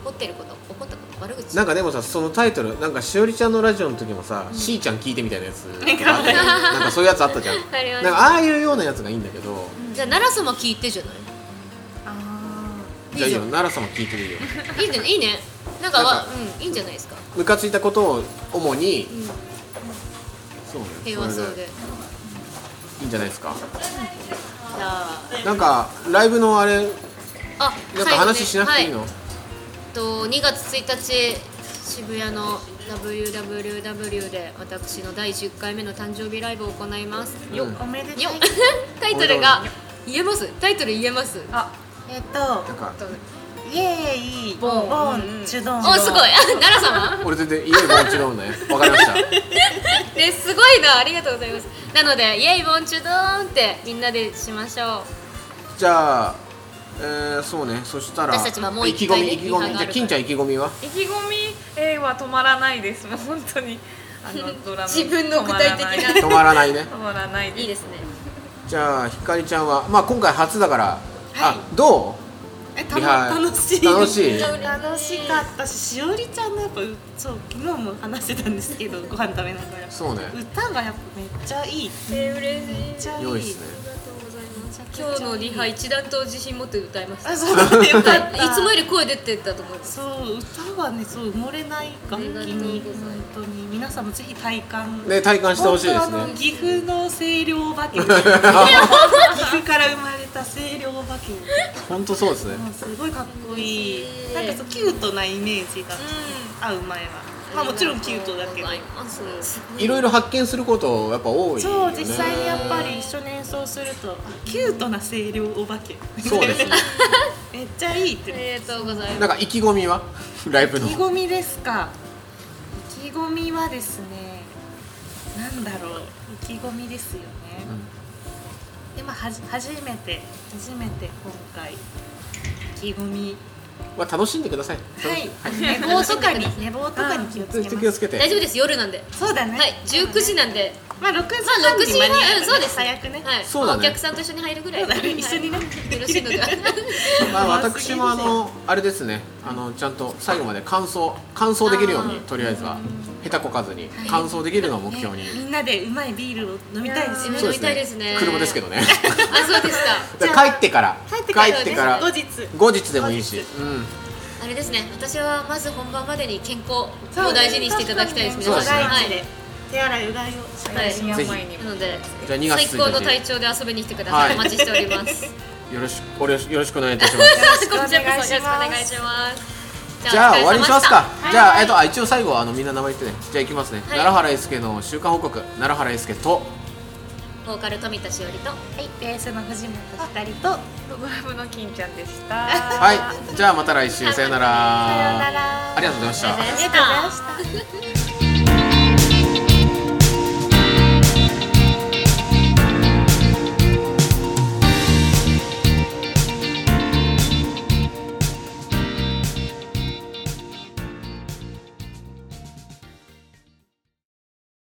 Speaker 3: う怒ってること怒ったこと悪口
Speaker 1: なんかでもさそのタイトルなんかしおりちゃんのラジオの時もさ、しーちゃん聞いてみたいなやつ あったじゃんなんかそういうやつあったじゃん
Speaker 3: ありま
Speaker 1: な
Speaker 3: し
Speaker 1: ん
Speaker 3: た
Speaker 1: かああいうようなやつがいいんだけど、
Speaker 3: じゃあ奈良様聞いてじゃない
Speaker 4: あ
Speaker 1: じゃあいいよ奈良様聞いてみるよ
Speaker 3: いいねいいねなんか
Speaker 1: なん
Speaker 3: わ
Speaker 1: か
Speaker 3: うんいいんじゃないですか
Speaker 1: ムカついたことを主に、そうね
Speaker 3: 平和そう
Speaker 1: れ
Speaker 3: で
Speaker 1: いいんじゃないですか
Speaker 3: じゃあ
Speaker 1: なんかライブのあれ
Speaker 3: あ
Speaker 1: なんか話しなくていいの、
Speaker 3: 最後ねはいえっと2月1日渋谷の WWW で私の第10回目の誕生日ライブを行います
Speaker 1: うん
Speaker 4: おめでたい
Speaker 3: よ タイトルが言えますタイトル言えます
Speaker 5: あ
Speaker 4: えっと
Speaker 1: なんか
Speaker 4: イエーイ
Speaker 5: ボン
Speaker 4: ボ
Speaker 5: う
Speaker 4: ン
Speaker 5: ん
Speaker 4: チュドン
Speaker 3: おすごい奈良様
Speaker 1: 俺全然家もちろん ねわかりました
Speaker 3: ねすごいなありがとうございますなのでイエイボンチュドーンってみんなでしましょう
Speaker 1: じゃあえー、そうねそしたら
Speaker 3: 私たちはもう一回ね
Speaker 1: 意気込み意気込
Speaker 3: リハ
Speaker 1: み
Speaker 3: が
Speaker 1: じ
Speaker 3: あ
Speaker 1: ゃ
Speaker 3: るから
Speaker 1: あ金ちゃん意気込みは
Speaker 5: 意気込みえーは止まらないですもう本当にあの ドラマ
Speaker 3: 自分の具体的な
Speaker 1: 止まらないね
Speaker 5: 止まらないで
Speaker 3: いい
Speaker 5: す
Speaker 3: ですね
Speaker 1: じゃあひかりちゃんはまあ今回初だから、あど
Speaker 4: え
Speaker 1: うリハ
Speaker 4: 楽しい
Speaker 1: 楽しい
Speaker 4: 楽しかったししおりちゃんのやっぱうそう昨日も話してたんですけどご飯食べながら
Speaker 1: そうね
Speaker 4: 歌がやっぱめっちゃいい
Speaker 3: え嬉しい
Speaker 4: めっちゃいい
Speaker 1: 良いですね
Speaker 3: 今日のリハ一段と自信持って歌いました
Speaker 4: あそうだねよかった
Speaker 3: いつもより声出てたと思います
Speaker 4: そう歌がねそう埋もれない楽器に本当に皆さんもぜひ体感
Speaker 1: うね体感してほしいです
Speaker 4: 本当あの
Speaker 1: ね
Speaker 4: 岐阜の清涼お化けみたいな岐阜から生まれた清涼お化けみたいな
Speaker 1: 本当そうですね
Speaker 4: もうすごいかっこいい
Speaker 3: うん
Speaker 4: なんかそうキュートなイメージが合う前は、まあもちろんキュートだけど
Speaker 3: ありがとうございます
Speaker 1: いろいろ発見することやっぱ多い
Speaker 4: そ
Speaker 1: よ
Speaker 4: う
Speaker 1: ね
Speaker 4: 実際にやっぱり一緒に演奏するとあキュートな清涼お化け
Speaker 1: そうですね
Speaker 4: めっちゃいいって
Speaker 3: ありがとうござい
Speaker 1: な
Speaker 3: ま
Speaker 1: んか意気込 みはライブ
Speaker 4: 意
Speaker 1: の
Speaker 4: 気込みですか意気込みはですねなんだろう意気込みですよね、でまあはじ初めて初めて今回意気込み
Speaker 1: は楽しんでください
Speaker 4: はい寝坊とか に寝坊とかに気をつけ
Speaker 1: 気を
Speaker 4: ま
Speaker 1: つ
Speaker 4: す
Speaker 1: けて
Speaker 3: す大丈夫です夜なんで
Speaker 4: そうだね
Speaker 3: はい19時なんで
Speaker 4: まあ6時
Speaker 3: まあ
Speaker 4: 半
Speaker 3: 6
Speaker 4: に
Speaker 3: 時
Speaker 4: 間
Speaker 3: は
Speaker 4: に合
Speaker 3: うんそうです
Speaker 4: 早くね、
Speaker 3: はい
Speaker 1: そうだね
Speaker 3: お客さんと一緒に入るぐらい
Speaker 4: そうだね一緒にね
Speaker 3: はいよろしいの では
Speaker 1: まあ私もあのあれですねあのちゃんと最後まで完走完走できるように
Speaker 3: あー
Speaker 1: とりあえずは下手こかずに完走できるのを目標に、
Speaker 4: みんなでうまいビールを飲みたいですね
Speaker 1: そう
Speaker 3: 飲みたいですね
Speaker 1: 車ですけ どね
Speaker 3: あそうでした
Speaker 1: だから帰ってから
Speaker 4: 帰ってから
Speaker 1: 帰ってから
Speaker 4: 後日
Speaker 1: 後日でもいいし、うん、
Speaker 3: あれですね私はまず本番までに健康を
Speaker 4: そう
Speaker 3: 大事にしていただきたいですね
Speaker 1: そう
Speaker 4: う
Speaker 1: ですね
Speaker 3: は
Speaker 4: 第
Speaker 3: い
Speaker 4: 一で手洗いうがいをし
Speaker 5: はい
Speaker 4: ます
Speaker 5: 深夜前に
Speaker 3: なので
Speaker 1: じゃあ2月1日
Speaker 3: 最高の体調で遊びに来てくださ
Speaker 1: は
Speaker 3: い、
Speaker 1: い
Speaker 3: お待ちしております
Speaker 1: よろしくおよろしくお願いいたします
Speaker 3: こちらこそよろしくお願いします
Speaker 1: じゃあ終わりにしますか。じゃあ、えっと
Speaker 3: あ
Speaker 1: あ一応最後はあのみんな名前言ってね。じゃあ行きますね。
Speaker 3: はい
Speaker 1: 奈良原英介の週刊報告。奈良原英介と
Speaker 3: ボーカル富田しおりと
Speaker 4: はいベースの藤本ひかりとさよ
Speaker 5: ドラムの金ちゃんでした。
Speaker 1: はい。じゃあまた来週さよなら。
Speaker 4: うなら
Speaker 1: ありがとうございました。
Speaker 4: ありがとうございました